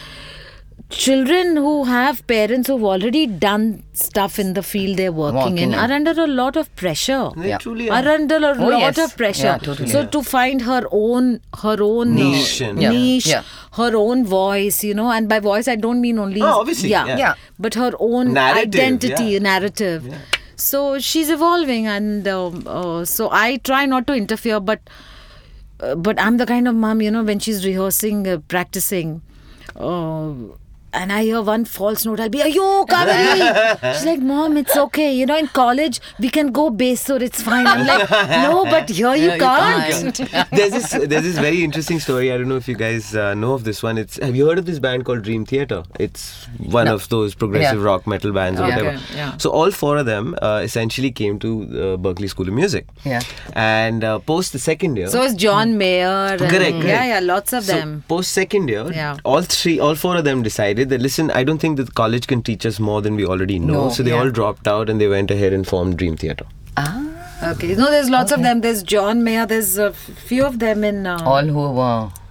[SPEAKER 5] children who have parents who've already done stuff in the field they're working,
[SPEAKER 2] Working
[SPEAKER 5] in
[SPEAKER 2] in.
[SPEAKER 5] are under a lot of pressure
[SPEAKER 3] They
[SPEAKER 2] Yeah.
[SPEAKER 3] truly
[SPEAKER 5] are
[SPEAKER 3] are.
[SPEAKER 5] under a
[SPEAKER 2] Oh,
[SPEAKER 5] lot
[SPEAKER 2] yes.
[SPEAKER 5] of pressure
[SPEAKER 2] Yeah, totally.
[SPEAKER 5] so to find her own her own uh,
[SPEAKER 3] Niche and-
[SPEAKER 2] Yeah.
[SPEAKER 5] niche
[SPEAKER 2] Yeah.
[SPEAKER 5] her own voice you know and by voice i don't mean only
[SPEAKER 3] Oh, obviously, yeah.
[SPEAKER 2] Yeah.
[SPEAKER 5] but her own
[SPEAKER 3] Narrative,
[SPEAKER 5] identity
[SPEAKER 3] yeah.
[SPEAKER 5] narrative so she's evolving and um, uh, so i try not to interfere but uh, but i'm the kind of mom you know when she's rehearsing uh, practicing uh, and I hear one false note, I'll be, Ayo, Kaveri! She's like, Mom, it's okay. You know, in college, we can go bass, or it's fine. I'm like, No, but here you, can't.
[SPEAKER 3] there's this there's this very interesting story. I don't know if you guys uh, know of this one. It's have you heard of this band called Dream Theater? It's one of those progressive
[SPEAKER 2] Yeah.
[SPEAKER 3] rock metal bands or
[SPEAKER 5] Okay,
[SPEAKER 3] whatever.
[SPEAKER 5] yeah.
[SPEAKER 3] So all four of them uh, essentially came to uh, Berkeley School of Music.
[SPEAKER 2] Yeah.
[SPEAKER 3] And uh, post the second year.
[SPEAKER 5] So is John Mayer. And,
[SPEAKER 3] Correct, correct.
[SPEAKER 5] Yeah, yeah, lots of
[SPEAKER 3] So
[SPEAKER 5] them.
[SPEAKER 3] post second year,
[SPEAKER 5] Yeah.
[SPEAKER 3] all three, all four of them decided that listen, I don't think that college can teach us more than we already know.
[SPEAKER 2] No,
[SPEAKER 3] so they
[SPEAKER 2] yeah.
[SPEAKER 3] all dropped out and they went ahead and formed Dream Theater.
[SPEAKER 5] Okay. No, there's lots of them. There's John Mayer. There's a few of them in uh, all,
[SPEAKER 2] All who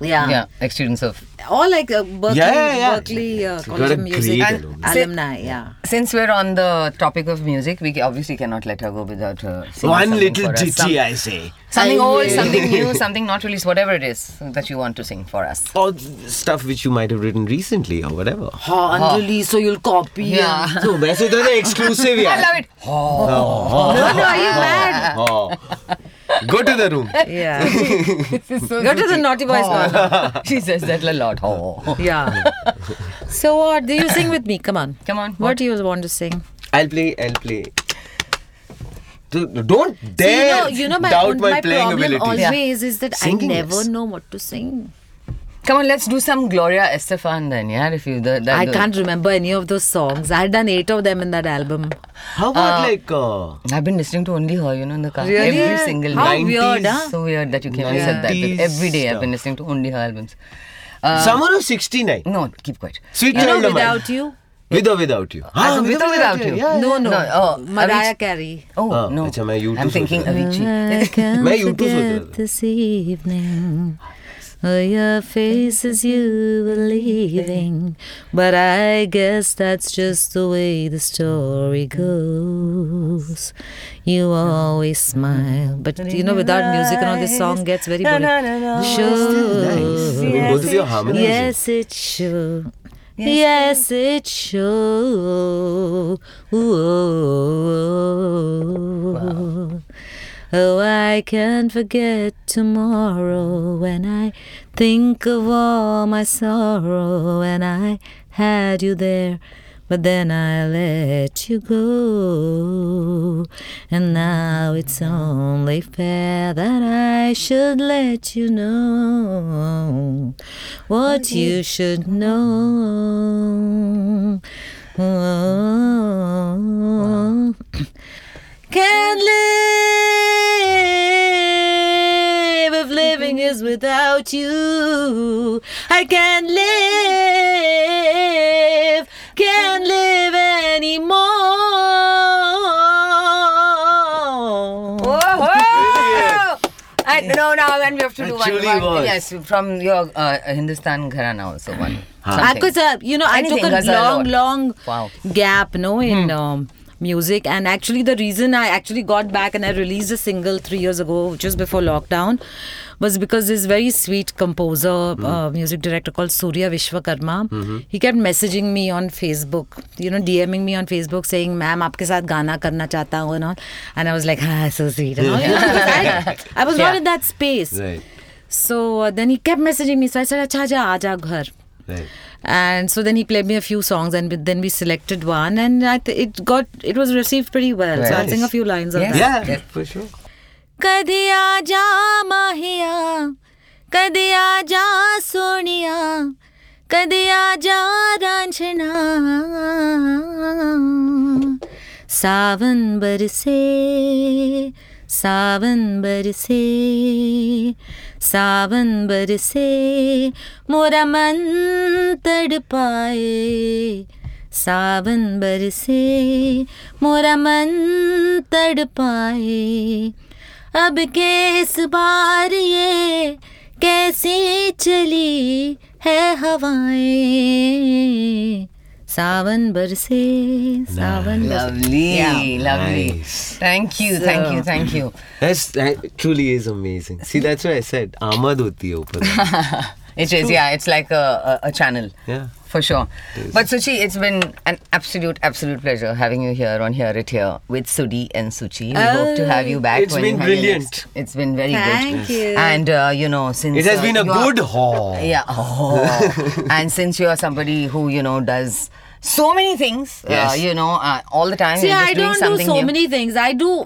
[SPEAKER 2] were
[SPEAKER 5] Yeah.
[SPEAKER 2] yeah ex students of
[SPEAKER 5] like uh, Berkeley,
[SPEAKER 3] Yeah, yeah, yeah.
[SPEAKER 5] Berkeley uh,
[SPEAKER 3] It's
[SPEAKER 5] College
[SPEAKER 3] got
[SPEAKER 5] of
[SPEAKER 3] a
[SPEAKER 5] Music
[SPEAKER 3] great
[SPEAKER 5] and
[SPEAKER 3] alumni.
[SPEAKER 5] alumni. Yeah.
[SPEAKER 2] Since we're on the topic of music, we ca- obviously cannot let her go without her singing
[SPEAKER 4] One
[SPEAKER 2] something
[SPEAKER 4] little
[SPEAKER 2] for us.
[SPEAKER 4] ditty,
[SPEAKER 2] Some-
[SPEAKER 4] I say.
[SPEAKER 2] something
[SPEAKER 5] I
[SPEAKER 2] old,
[SPEAKER 5] will.
[SPEAKER 2] something new, something not released, whatever it is that you want to sing for us.
[SPEAKER 3] Or stuff which you might have written recently or whatever.
[SPEAKER 5] Ha, unreleased, so you'll copy.
[SPEAKER 2] Yeah.
[SPEAKER 3] So, वैसे तो ना exclusive
[SPEAKER 2] I love it.
[SPEAKER 5] No, no, are you mad?
[SPEAKER 3] Oh. Go to the room.
[SPEAKER 5] Yeah. Oh.
[SPEAKER 2] This is so
[SPEAKER 5] Go to the
[SPEAKER 2] sweet.
[SPEAKER 5] naughty boys corner.
[SPEAKER 2] she says that a lot. Oh.
[SPEAKER 5] Yeah. so what? Do you sing with me? Come on.
[SPEAKER 2] Come on.
[SPEAKER 5] What, do you want to sing?
[SPEAKER 3] I'll play. I'll play. Don't don't
[SPEAKER 5] See, you
[SPEAKER 3] dare
[SPEAKER 5] know, you know my,
[SPEAKER 3] doubt my,
[SPEAKER 5] my
[SPEAKER 3] playing
[SPEAKER 5] problem
[SPEAKER 3] ability.
[SPEAKER 5] always is that
[SPEAKER 3] Singing
[SPEAKER 5] I
[SPEAKER 3] is-
[SPEAKER 5] never know what to sing.
[SPEAKER 2] Come on, let's do some Gloria Estefan then, yeah. If you the, the,
[SPEAKER 5] I
[SPEAKER 2] the-
[SPEAKER 5] can't remember any of those songs. I've done eight of them in that album.
[SPEAKER 3] How about like uh,
[SPEAKER 2] I've been listening to only her, you know, in the car
[SPEAKER 5] Really?
[SPEAKER 2] every single
[SPEAKER 5] How
[SPEAKER 2] day.
[SPEAKER 5] weird,
[SPEAKER 3] 90s.
[SPEAKER 5] huh?
[SPEAKER 2] So weird that you came and said that. But
[SPEAKER 3] 90s
[SPEAKER 2] every day I've
[SPEAKER 3] stuff.
[SPEAKER 2] been listening to only her albums. Uh,
[SPEAKER 3] Summer of '69?
[SPEAKER 2] No, keep quiet.
[SPEAKER 3] Sweet
[SPEAKER 5] You know,
[SPEAKER 3] Child of Mine.
[SPEAKER 5] without you.
[SPEAKER 3] With or without you?
[SPEAKER 2] Ah, so with or without you?
[SPEAKER 3] Yeah.
[SPEAKER 5] No, no.
[SPEAKER 2] No, oh,
[SPEAKER 5] Mariah
[SPEAKER 2] Avicii-
[SPEAKER 5] Carey.
[SPEAKER 2] Oh,
[SPEAKER 3] Ah,
[SPEAKER 2] no.
[SPEAKER 3] अच्छा, मैं YouTube
[SPEAKER 2] I'm thinking
[SPEAKER 3] सोच
[SPEAKER 2] Avicii.
[SPEAKER 5] I can't
[SPEAKER 3] मैं YouTube सोच रहा
[SPEAKER 5] forget
[SPEAKER 3] था।
[SPEAKER 5] this evening. Oh, your face is you believing. But I guess that's just the way the story goes. You always smile. But you know, without music and all, this song gets very boring. Shows.
[SPEAKER 4] Both of your harmonies.
[SPEAKER 5] Yes, it sure. Yes, it sure. Oh, I can't forget tomorrow when I think of all my sorrow and I had you there. But then I let you go, and now it's only fair that I should let you know what you should know. Oh. Can't live if living is without you. I can't live, can't live anymore.
[SPEAKER 2] Oh. And no, now then we have to do one,
[SPEAKER 4] Actually
[SPEAKER 2] one.
[SPEAKER 4] was.
[SPEAKER 2] Yes, from your uh, Hindustan Gharana also one.
[SPEAKER 5] I
[SPEAKER 2] something.
[SPEAKER 5] could, uh, you know, I
[SPEAKER 2] Anything
[SPEAKER 5] took
[SPEAKER 2] does
[SPEAKER 5] a
[SPEAKER 2] a
[SPEAKER 5] long,
[SPEAKER 2] lot.
[SPEAKER 5] long
[SPEAKER 2] Wow. Hmm.
[SPEAKER 5] gap, no, in um, music. And actually, the reason I actually got back and I released a single three years ago, just before lockdown, was because this very sweet composer,
[SPEAKER 2] Hmm.
[SPEAKER 5] uh, music director called Surya Vishwakarma,
[SPEAKER 2] Mm-hmm.
[SPEAKER 5] he kept messaging me on Facebook, you know, DMing me on Facebook saying, "Ma'am, आपके साथ गाना करना चाहता हूँ," and all. And I was like, "Ah, so sweet." And all. You know, because I, I was not
[SPEAKER 2] Yeah.
[SPEAKER 5] in that space.
[SPEAKER 4] Right,
[SPEAKER 5] So uh, then he kept messaging me. So I said, "Acha, ja, aaja ghar."
[SPEAKER 4] right.
[SPEAKER 5] and so then he played me a few songs and then we selected one and I th- it got it was received pretty well so I'll
[SPEAKER 4] Nice.
[SPEAKER 5] sing a few lines of
[SPEAKER 2] Yes.
[SPEAKER 4] Yeah,
[SPEAKER 5] that
[SPEAKER 2] Yes.
[SPEAKER 4] for sure.
[SPEAKER 5] ਕਦੇ ਆ ਜਾ ਮਾਹੀਆ ਕਦੇ ਆ ਜਾ ਸੋਹਣਿਆ ਕਦੇ ਆ ਜਾ ਰਾਂਝਣਾ ਸਾਵਨ ਬਰਸੇ ਸਾਵਨ ਬਰਸੇ ਸਾਵਨ ਬਰਸੇ ਮੋਰਾ ਮਨ ਤੜਪਾਏ सावन बरसे मोरा मन तड़ पाए अब किस बार ये कैसे चली है हवाएं सावन बरसे सावन बरसे
[SPEAKER 2] Lovely, lovely.
[SPEAKER 4] Nice.
[SPEAKER 2] Thank you, thank you, thank you.
[SPEAKER 4] That's, that truly is amazing. See, that's why I said, Ahmad hoti hai upar.
[SPEAKER 2] It is, yeah, it's like a, a, a channel.
[SPEAKER 4] Yeah.
[SPEAKER 2] For sure. But Suchi, it's been an absolute, absolute pleasure having you here on Here It Here with Sudhi and Suchi. We hope to have you back.
[SPEAKER 4] It's
[SPEAKER 2] when
[SPEAKER 4] been
[SPEAKER 2] you have your
[SPEAKER 4] brilliant.
[SPEAKER 2] next- It's been very good.
[SPEAKER 5] Thank you.
[SPEAKER 2] And, uh, you know, since.
[SPEAKER 4] It has
[SPEAKER 2] uh,
[SPEAKER 4] been a
[SPEAKER 2] you are-
[SPEAKER 4] good haul.
[SPEAKER 2] Yeah. Oh. and since you are somebody who, you know, does so many things, uh,
[SPEAKER 4] Yes.
[SPEAKER 2] you know, uh, all the time.
[SPEAKER 5] See,
[SPEAKER 2] you're just
[SPEAKER 5] I
[SPEAKER 2] doing
[SPEAKER 5] don't do
[SPEAKER 2] something
[SPEAKER 5] so
[SPEAKER 2] new.
[SPEAKER 5] many things. I do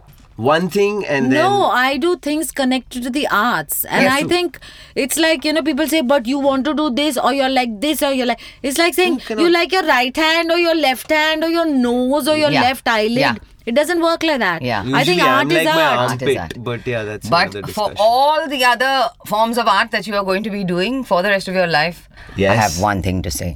[SPEAKER 4] One thing and then.
[SPEAKER 5] No, I do things connected to the arts. And
[SPEAKER 4] Yes,
[SPEAKER 5] I
[SPEAKER 4] too.
[SPEAKER 5] think it's like, you know, people say, but you want to do this, or you're like this, or you're like. It's like saying you like your right hand, or your left hand, or your nose, or your
[SPEAKER 2] Yeah.
[SPEAKER 5] left eyelid.
[SPEAKER 2] Yeah.
[SPEAKER 5] It doesn't work like that.
[SPEAKER 2] Yeah.
[SPEAKER 5] I think
[SPEAKER 4] Usually
[SPEAKER 5] art
[SPEAKER 4] I'm
[SPEAKER 5] is
[SPEAKER 4] like my
[SPEAKER 5] art.
[SPEAKER 2] Art is
[SPEAKER 4] armpit,
[SPEAKER 2] art.
[SPEAKER 4] But yeah, that's another
[SPEAKER 2] But for
[SPEAKER 4] discussion.
[SPEAKER 2] all the other forms of art that you are going to be doing for the rest of your life, I
[SPEAKER 4] Yes.
[SPEAKER 2] have one thing to say.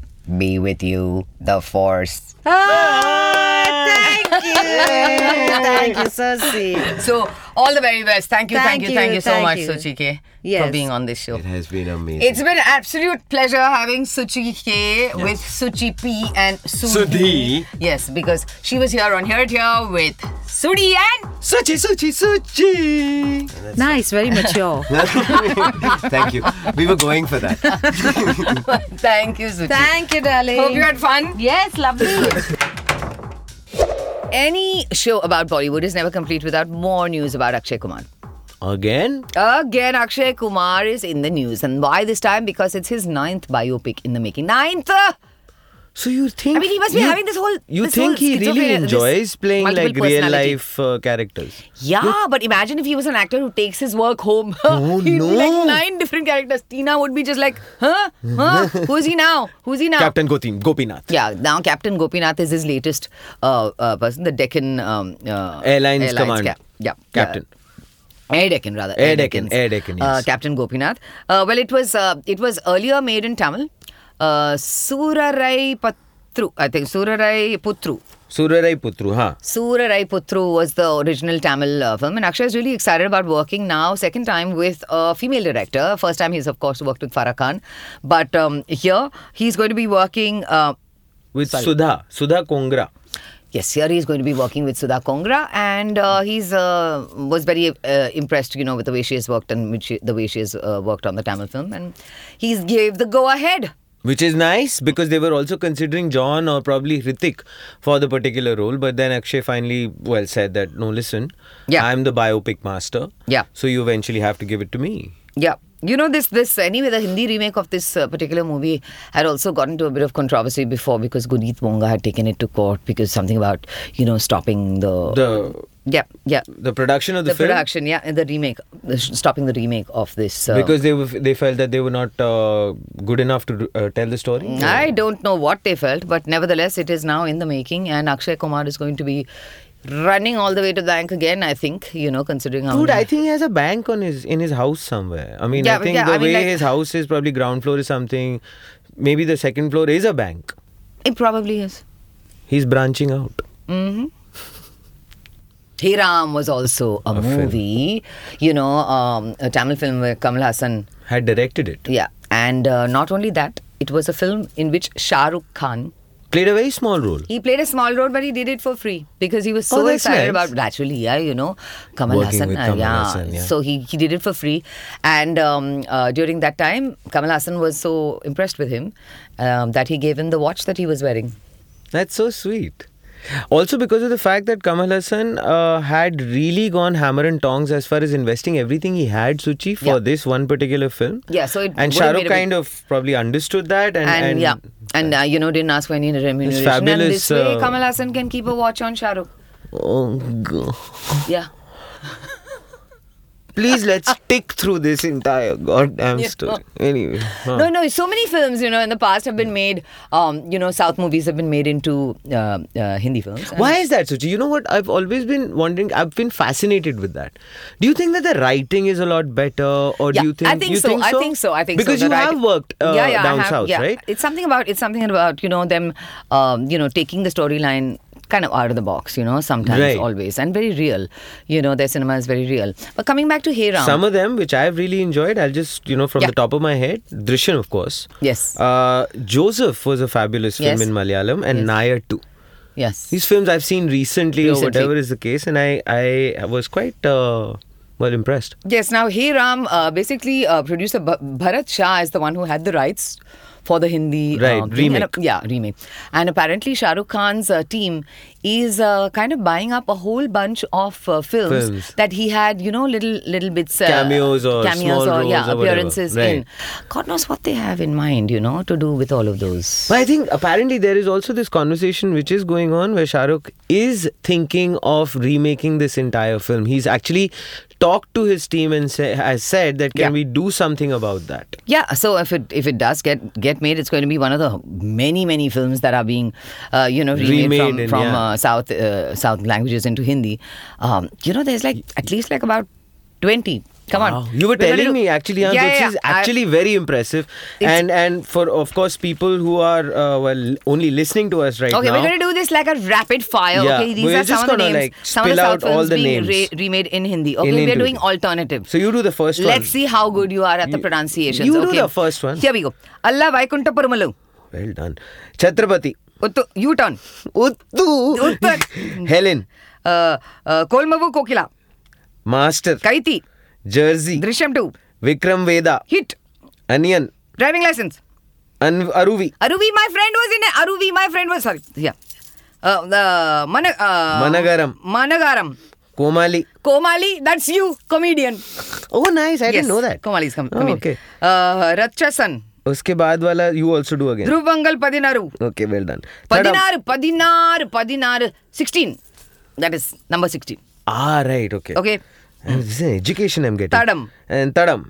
[SPEAKER 2] Be with you, the force.
[SPEAKER 5] Ah, Thank you, Susie.
[SPEAKER 2] So, all the very best. Thank you, thank,
[SPEAKER 5] Thank
[SPEAKER 2] you,
[SPEAKER 5] you,
[SPEAKER 2] thank you so
[SPEAKER 5] thank
[SPEAKER 2] much,
[SPEAKER 5] you.
[SPEAKER 2] Suchi K, for
[SPEAKER 5] Yes.
[SPEAKER 2] being on this show.
[SPEAKER 4] it has been amazing.
[SPEAKER 2] It's been an absolute pleasure having Suchi K with Suchi P and Sudhi.
[SPEAKER 4] Sudhi.
[SPEAKER 2] Yes, because she was here on Here It Here with Sudhi and
[SPEAKER 4] Suchi, Suchi, Suchi.
[SPEAKER 5] Nice, very mature.
[SPEAKER 4] Thank you. We were going for that.
[SPEAKER 2] Thank you, Suchi.
[SPEAKER 5] Thank you, darling.
[SPEAKER 2] Hope you had fun.
[SPEAKER 5] yes, lovely.
[SPEAKER 2] Any show about Bollywood is never complete without more news about Akshay Kumar.
[SPEAKER 3] Again?
[SPEAKER 2] Again, Akshay Kumar is in the news. And why this time? Because it's his ninth biopic in the making. Ninth!
[SPEAKER 3] So you think?
[SPEAKER 2] I mean, he must be
[SPEAKER 3] you-
[SPEAKER 2] having this whole-
[SPEAKER 3] You
[SPEAKER 2] this
[SPEAKER 3] think
[SPEAKER 2] whole
[SPEAKER 3] he really
[SPEAKER 2] schizophrenia- this
[SPEAKER 3] enjoys playing like
[SPEAKER 2] multiple
[SPEAKER 3] real
[SPEAKER 2] personality.
[SPEAKER 3] life uh, characters?
[SPEAKER 2] Yeah, but imagine if he was an actor who takes his work home.
[SPEAKER 3] Oh,
[SPEAKER 2] He'd be like
[SPEAKER 3] no.
[SPEAKER 2] nine different characters. Tina would be just like, huh? Huh? Who's he now? Who's he now?
[SPEAKER 3] Captain Gotin, Gopinath.
[SPEAKER 2] Yeah, now Captain Gopinath is his latest uh, uh, person, the Deccan um, uh,
[SPEAKER 3] Airlines Command.
[SPEAKER 2] cap- yeah,
[SPEAKER 3] Captain.
[SPEAKER 2] yeah. Air Deccan, rather.
[SPEAKER 3] Air Deccan,
[SPEAKER 2] Deccans.
[SPEAKER 3] Air Deccan,
[SPEAKER 2] Uh,
[SPEAKER 3] yes.
[SPEAKER 2] Captain Gopinath. Uh, well, it was uh, it was earlier made in Tamil. Uh, Surarai Patru, I think Surarai Putru
[SPEAKER 3] Surarai Putru, huh?
[SPEAKER 2] Surarai Putru was the original Tamil uh, film, and Akshay is really excited about working now, second time with a female director. First time he's, of course, worked with Farah Khan. But um, here, he's going to be working. Uh,
[SPEAKER 3] With Sudha, Sudha Kongra.
[SPEAKER 2] Yes, here he's going to be working with Sudha Kongra, and uh, he's uh, was very uh, impressed, you know, with the way she has worked and which she, the way she has uh, worked on the Tamil film, and he's gave the go ahead.
[SPEAKER 3] Which is nice because they were also considering John or probably Hrithik for the particular role. But then Akshay finally, well, said that, no, listen,
[SPEAKER 2] Yeah.
[SPEAKER 3] I'm the biopic master.
[SPEAKER 2] Yeah.
[SPEAKER 3] So you eventually have to give it to me.
[SPEAKER 2] Yeah. You know this this anyway the Hindi remake of this uh, particular movie had also gotten into a bit of controversy before because Guneet Monga had taken it to court because something about you know stopping the,
[SPEAKER 3] The
[SPEAKER 2] yeah yeah
[SPEAKER 3] the production of the,
[SPEAKER 2] the
[SPEAKER 3] film.
[SPEAKER 2] production yeah and the remake the sh- stopping the remake of this uh,
[SPEAKER 3] Because they were, they felt that they were not uh, good enough to do- uh, tell the story.
[SPEAKER 2] Mm, I don't know what they felt but nevertheless it is now in the making and Akshay Kumar is going to be running all the way to the bank again I think you know considering how
[SPEAKER 3] Dude,
[SPEAKER 2] many-
[SPEAKER 3] I think he has a bank on his in his house somewhere. I mean,
[SPEAKER 2] Yeah,
[SPEAKER 3] I
[SPEAKER 2] but
[SPEAKER 3] think
[SPEAKER 2] yeah,
[SPEAKER 3] the
[SPEAKER 2] I mean,
[SPEAKER 3] way
[SPEAKER 2] like-
[SPEAKER 3] his house is probably ground floor is something. Maybe the second floor is a bank.
[SPEAKER 2] it probably is. Mm-hmm.
[SPEAKER 3] He's branching out.
[SPEAKER 2] Hey Ram was also a,
[SPEAKER 3] film.
[SPEAKER 2] movie, you know, um, a Tamil film where Kamal Hassan
[SPEAKER 3] Had directed it.
[SPEAKER 2] Yeah, and uh, not only that, it was a film in which Shah Rukh Khan
[SPEAKER 3] Played a very small role.
[SPEAKER 2] he played a small role, but he did it for free because he was
[SPEAKER 3] Oh,
[SPEAKER 2] so
[SPEAKER 3] that's
[SPEAKER 2] excited
[SPEAKER 3] nice.
[SPEAKER 2] about naturally, yeah, you know, Kamal
[SPEAKER 3] Working
[SPEAKER 2] Hassan,
[SPEAKER 3] with
[SPEAKER 2] uh,
[SPEAKER 3] Kamal
[SPEAKER 2] yeah.
[SPEAKER 3] Hassan, yeah.
[SPEAKER 2] So he he did it for free, and um, uh, during that time, Kamal Hassan was so impressed with him um, that he gave him the watch that he was wearing.
[SPEAKER 3] That's so sweet. Also, because of the fact that Kamal Hassan uh, had really gone hammer and tongs as far as investing everything he had, Suchi, for
[SPEAKER 2] Yeah.
[SPEAKER 3] this one particular film.
[SPEAKER 2] Yeah, so it
[SPEAKER 3] and
[SPEAKER 2] would have
[SPEAKER 3] Shahrukh
[SPEAKER 2] made a big-
[SPEAKER 3] kind of probably understood that, and,
[SPEAKER 2] And, yeah, and uh, you know, didn't ask for any remuneration. and
[SPEAKER 3] fabulous,
[SPEAKER 2] this way,
[SPEAKER 3] uh,
[SPEAKER 2] Kamal Hassan can keep a watch on Shah Rukh.
[SPEAKER 3] Oh God!
[SPEAKER 2] Yeah.
[SPEAKER 3] Please let's tick through this entire goddamn
[SPEAKER 2] Yeah.
[SPEAKER 3] story. Anyway, huh.
[SPEAKER 2] No, no. So many films, you know, in the past have been made. Um, you know, South movies have been made into uh, uh, Hindi films. And-
[SPEAKER 3] Why is that, Suchi? You know what? I've always been wondering. I've been fascinated with that. Do you think that the writing is a lot better, or
[SPEAKER 2] Yeah,
[SPEAKER 3] do you think?
[SPEAKER 2] I think
[SPEAKER 3] you
[SPEAKER 2] so. I think so. I think so,
[SPEAKER 3] because
[SPEAKER 2] that
[SPEAKER 3] you
[SPEAKER 2] I-
[SPEAKER 3] have worked uh,
[SPEAKER 2] yeah, yeah, I
[SPEAKER 3] down
[SPEAKER 2] have,
[SPEAKER 3] south,
[SPEAKER 2] yeah.
[SPEAKER 3] right?
[SPEAKER 2] It's something about it's something about you know them, um, you know, taking the storyline kind of out of the box. You know, sometimes
[SPEAKER 3] Right.
[SPEAKER 2] always and very real. You know, their cinema is very real. But coming back to Hey Ram,
[SPEAKER 3] Some of them, which I've really enjoyed, I'll just you know from
[SPEAKER 2] Yeah.
[SPEAKER 3] the top of my head, Drishyam, of course.
[SPEAKER 2] Yes.
[SPEAKER 3] Uh, Joseph was a fabulous
[SPEAKER 2] Yes.
[SPEAKER 3] film in Malayalam, and Nayar too.
[SPEAKER 2] yes,
[SPEAKER 3] These films I've seen recently, or
[SPEAKER 2] Recently.
[SPEAKER 3] whatever is the case, and I I was quite uh, well impressed.
[SPEAKER 2] Yes, now Hey Ram, uh, basically uh, producer Bha- Bharat Shah is the one who had the rights for the Hindi uh,
[SPEAKER 3] Right,
[SPEAKER 2] thing. And, uh,
[SPEAKER 3] remake.
[SPEAKER 2] yeah, remake. And apparently Shah Rukh Khan's uh, team is uh, kind of buying up a whole bunch of uh, films,
[SPEAKER 3] Films.
[SPEAKER 2] that he had, you know, little little bits. Uh,
[SPEAKER 3] Cameos or small roles
[SPEAKER 2] yeah,
[SPEAKER 3] or whatever.
[SPEAKER 2] appearances in.
[SPEAKER 3] Right.
[SPEAKER 2] God knows what they have in mind, you know, to do with all of those.
[SPEAKER 3] But I think apparently there is also this conversation which is going on where Shah Rukh is thinking of remaking this entire film. He's actually talked to his team and say, has said that can
[SPEAKER 2] Yeah.
[SPEAKER 3] we do something about that?
[SPEAKER 2] Yeah, so if it if it does get get made, it's going to be one of the many many films that are being, uh, you know, remade,
[SPEAKER 3] Remade
[SPEAKER 2] from,
[SPEAKER 3] in,
[SPEAKER 2] from
[SPEAKER 3] yeah.
[SPEAKER 2] uh, south uh, south languages into Hindi. Um, you know, there's like at least like about twenty. Come
[SPEAKER 3] Wow.
[SPEAKER 2] on,
[SPEAKER 3] You were
[SPEAKER 2] We're gonna
[SPEAKER 3] telling
[SPEAKER 2] do-
[SPEAKER 3] me actually,
[SPEAKER 2] yeah,
[SPEAKER 3] Anand,
[SPEAKER 2] yeah,
[SPEAKER 3] which
[SPEAKER 2] yeah.
[SPEAKER 3] is actually very impressive.
[SPEAKER 2] It's-
[SPEAKER 3] And and for of course people who are uh, well only listening to us right
[SPEAKER 2] I, okay,
[SPEAKER 3] now.
[SPEAKER 2] we're going to do this like a rapid fire.
[SPEAKER 3] Yeah,
[SPEAKER 2] okay, these
[SPEAKER 3] we're
[SPEAKER 2] are
[SPEAKER 3] just
[SPEAKER 2] some of the
[SPEAKER 3] gonna,
[SPEAKER 2] names.
[SPEAKER 3] like,
[SPEAKER 2] some of the
[SPEAKER 3] spill
[SPEAKER 2] south
[SPEAKER 3] out all
[SPEAKER 2] films
[SPEAKER 3] the
[SPEAKER 2] being
[SPEAKER 3] names.
[SPEAKER 2] remade in Hindi.
[SPEAKER 3] In
[SPEAKER 2] Okay, we're
[SPEAKER 3] Hindi.
[SPEAKER 2] doing alternative.
[SPEAKER 3] so you do the 1st one.
[SPEAKER 2] Let's see how good you are at the
[SPEAKER 3] You-
[SPEAKER 2] pronunciations.
[SPEAKER 3] you do
[SPEAKER 2] okay?
[SPEAKER 3] the first one.
[SPEAKER 2] Here we go. Allah Vaikunthapuramalu.
[SPEAKER 3] Well done, Chhatrapati.
[SPEAKER 2] Uttu, U-turn.
[SPEAKER 3] Uttu.
[SPEAKER 2] Uttar.
[SPEAKER 3] Helen.
[SPEAKER 2] Uh, uh, Kolmavu Kokila.
[SPEAKER 3] Master.
[SPEAKER 2] Kaiti.
[SPEAKER 3] Jersey.
[SPEAKER 2] Drishyam 2.
[SPEAKER 3] Vikram Veda.
[SPEAKER 2] Hit.
[SPEAKER 3] Onion.
[SPEAKER 2] Driving license.
[SPEAKER 3] An- Aruvi.
[SPEAKER 2] Aruvi, my friend was in. Aruvi, my friend was. Sorry. Yeah. Uh, the Mana, uh,
[SPEAKER 3] Managaram.
[SPEAKER 2] Managaram.
[SPEAKER 3] Komali.
[SPEAKER 2] Komali, that's you, comedian.
[SPEAKER 3] Oh, nice. I
[SPEAKER 2] yes.
[SPEAKER 3] didn't know that.
[SPEAKER 2] Komali is com-
[SPEAKER 3] Oh,
[SPEAKER 2] comedian.
[SPEAKER 3] okay.
[SPEAKER 2] Uh, Ratchasan.
[SPEAKER 3] उसके बाद वाला you also do again.
[SPEAKER 2] Dhruvangal Padinaru.
[SPEAKER 3] Okay, well done. Third up-
[SPEAKER 2] Padinaru, Padinaru, Padinaru. 16. That is number 16.
[SPEAKER 3] Ah, right. Okay.
[SPEAKER 2] Okay.
[SPEAKER 3] And This Eh, is an education I'm getting.
[SPEAKER 2] Hmm. Tadam.
[SPEAKER 3] And tadam.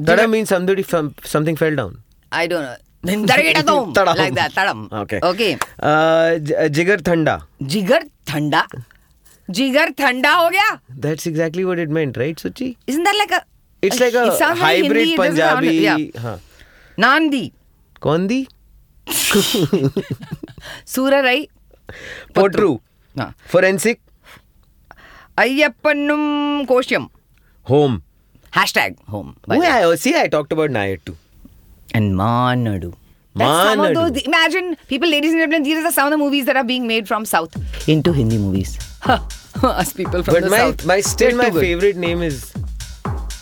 [SPEAKER 3] Tadam means somebody from something fell down.
[SPEAKER 2] I don't know. Tadam.
[SPEAKER 3] Tadam.
[SPEAKER 2] Like that, Tadam.
[SPEAKER 3] Okay.
[SPEAKER 2] Okay.
[SPEAKER 3] Uh, j- uh, jigar thanda.
[SPEAKER 2] जिगर ठंडा जिगर ठंडा हो गया
[SPEAKER 3] That's exactly what it meant, right, Suchi?
[SPEAKER 2] Isn't that like a?
[SPEAKER 3] It's like a
[SPEAKER 2] it Uh, sounds like
[SPEAKER 3] hybrid
[SPEAKER 2] Hindi, it doesn't sound-
[SPEAKER 3] Punjabi.
[SPEAKER 2] yeah.
[SPEAKER 3] हाँ.
[SPEAKER 2] Nandi,
[SPEAKER 3] Kondi.
[SPEAKER 2] Surarai,
[SPEAKER 3] Potru. हाँ।
[SPEAKER 2] Huh.
[SPEAKER 3] Forensic.
[SPEAKER 2] Ayyappanum Kosham.
[SPEAKER 3] Home.
[SPEAKER 2] Hashtag home. by the way.
[SPEAKER 3] Yeah, see, I talked about Nair too.
[SPEAKER 2] And Manadu. That's some of
[SPEAKER 3] Manadu.
[SPEAKER 2] those. Imagine, people, ladies and gentlemen, these are some of the movies that are being made from South into Hindi movies. Us people from
[SPEAKER 3] But
[SPEAKER 2] the
[SPEAKER 3] my,
[SPEAKER 2] South.
[SPEAKER 3] my still
[SPEAKER 2] We're
[SPEAKER 3] my
[SPEAKER 2] too good.
[SPEAKER 3] favorite name is.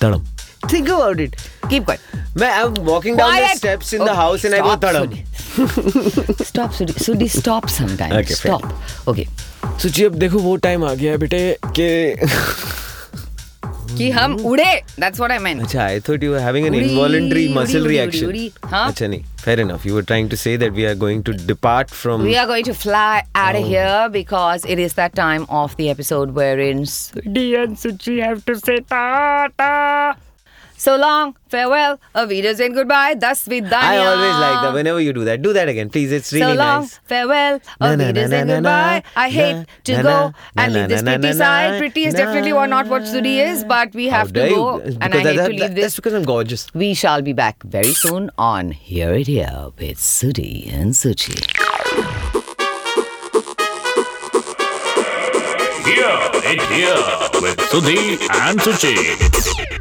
[SPEAKER 4] Tadam.
[SPEAKER 3] Think about it.
[SPEAKER 2] Keep quiet.
[SPEAKER 3] Man, I'm walking down the
[SPEAKER 2] Quiet.
[SPEAKER 3] steps in
[SPEAKER 2] Okay,
[SPEAKER 3] the house and I
[SPEAKER 2] Oh, stop,
[SPEAKER 3] go Tadam.
[SPEAKER 2] Sudhi. stop, Sudhi. Sudhi, stop sometime.
[SPEAKER 3] Okay, fair.
[SPEAKER 2] stop. Okay.
[SPEAKER 3] सुची अब देखो वो time आ गया है बेटे के
[SPEAKER 2] कि हम उड़े. That's what I meant.
[SPEAKER 3] Mm-hmm. अच्छा I thought you were having an
[SPEAKER 2] उड़ी,
[SPEAKER 3] इनवॉलंटरी
[SPEAKER 2] उड़ी,
[SPEAKER 3] मसल
[SPEAKER 2] उड़ी,
[SPEAKER 3] रिएक्शन
[SPEAKER 2] उड़ी, हाँ?
[SPEAKER 3] अच्छा नहीं fair enough you were trying to say that we are going to depart from
[SPEAKER 2] We are going to fly out
[SPEAKER 3] Oh.
[SPEAKER 2] of here because it is that time of the episode wherein Sudhi and Suchi have to say ta-ta. So long, farewell, avidas and goodbye. Thus we done.
[SPEAKER 3] I always like that. Whenever you do that, do that again, please. It's really
[SPEAKER 2] so long,
[SPEAKER 3] nice.
[SPEAKER 2] farewell,
[SPEAKER 3] Na, na,
[SPEAKER 2] avidas
[SPEAKER 3] na,
[SPEAKER 2] and
[SPEAKER 3] na,
[SPEAKER 2] goodbye.
[SPEAKER 3] na,
[SPEAKER 2] I hate
[SPEAKER 3] na,
[SPEAKER 2] to
[SPEAKER 3] na,
[SPEAKER 2] go
[SPEAKER 3] na,
[SPEAKER 2] and
[SPEAKER 3] na,
[SPEAKER 2] leave this
[SPEAKER 3] na, na,
[SPEAKER 2] pretty
[SPEAKER 3] na,
[SPEAKER 2] side.
[SPEAKER 3] na,
[SPEAKER 2] Pretty is
[SPEAKER 3] na.
[SPEAKER 2] definitely what- not what Sudhi is, but we have
[SPEAKER 3] How
[SPEAKER 2] to
[SPEAKER 3] dare
[SPEAKER 2] go,
[SPEAKER 3] you?
[SPEAKER 2] and I
[SPEAKER 3] Because
[SPEAKER 2] hate
[SPEAKER 3] that-
[SPEAKER 2] to leave
[SPEAKER 3] that-
[SPEAKER 2] this.
[SPEAKER 3] That's because I'm gorgeous.
[SPEAKER 2] We shall be back very soon on Here It Here with Sudhi and Suchi.
[SPEAKER 1] Here it here with Sudhi and Suchi.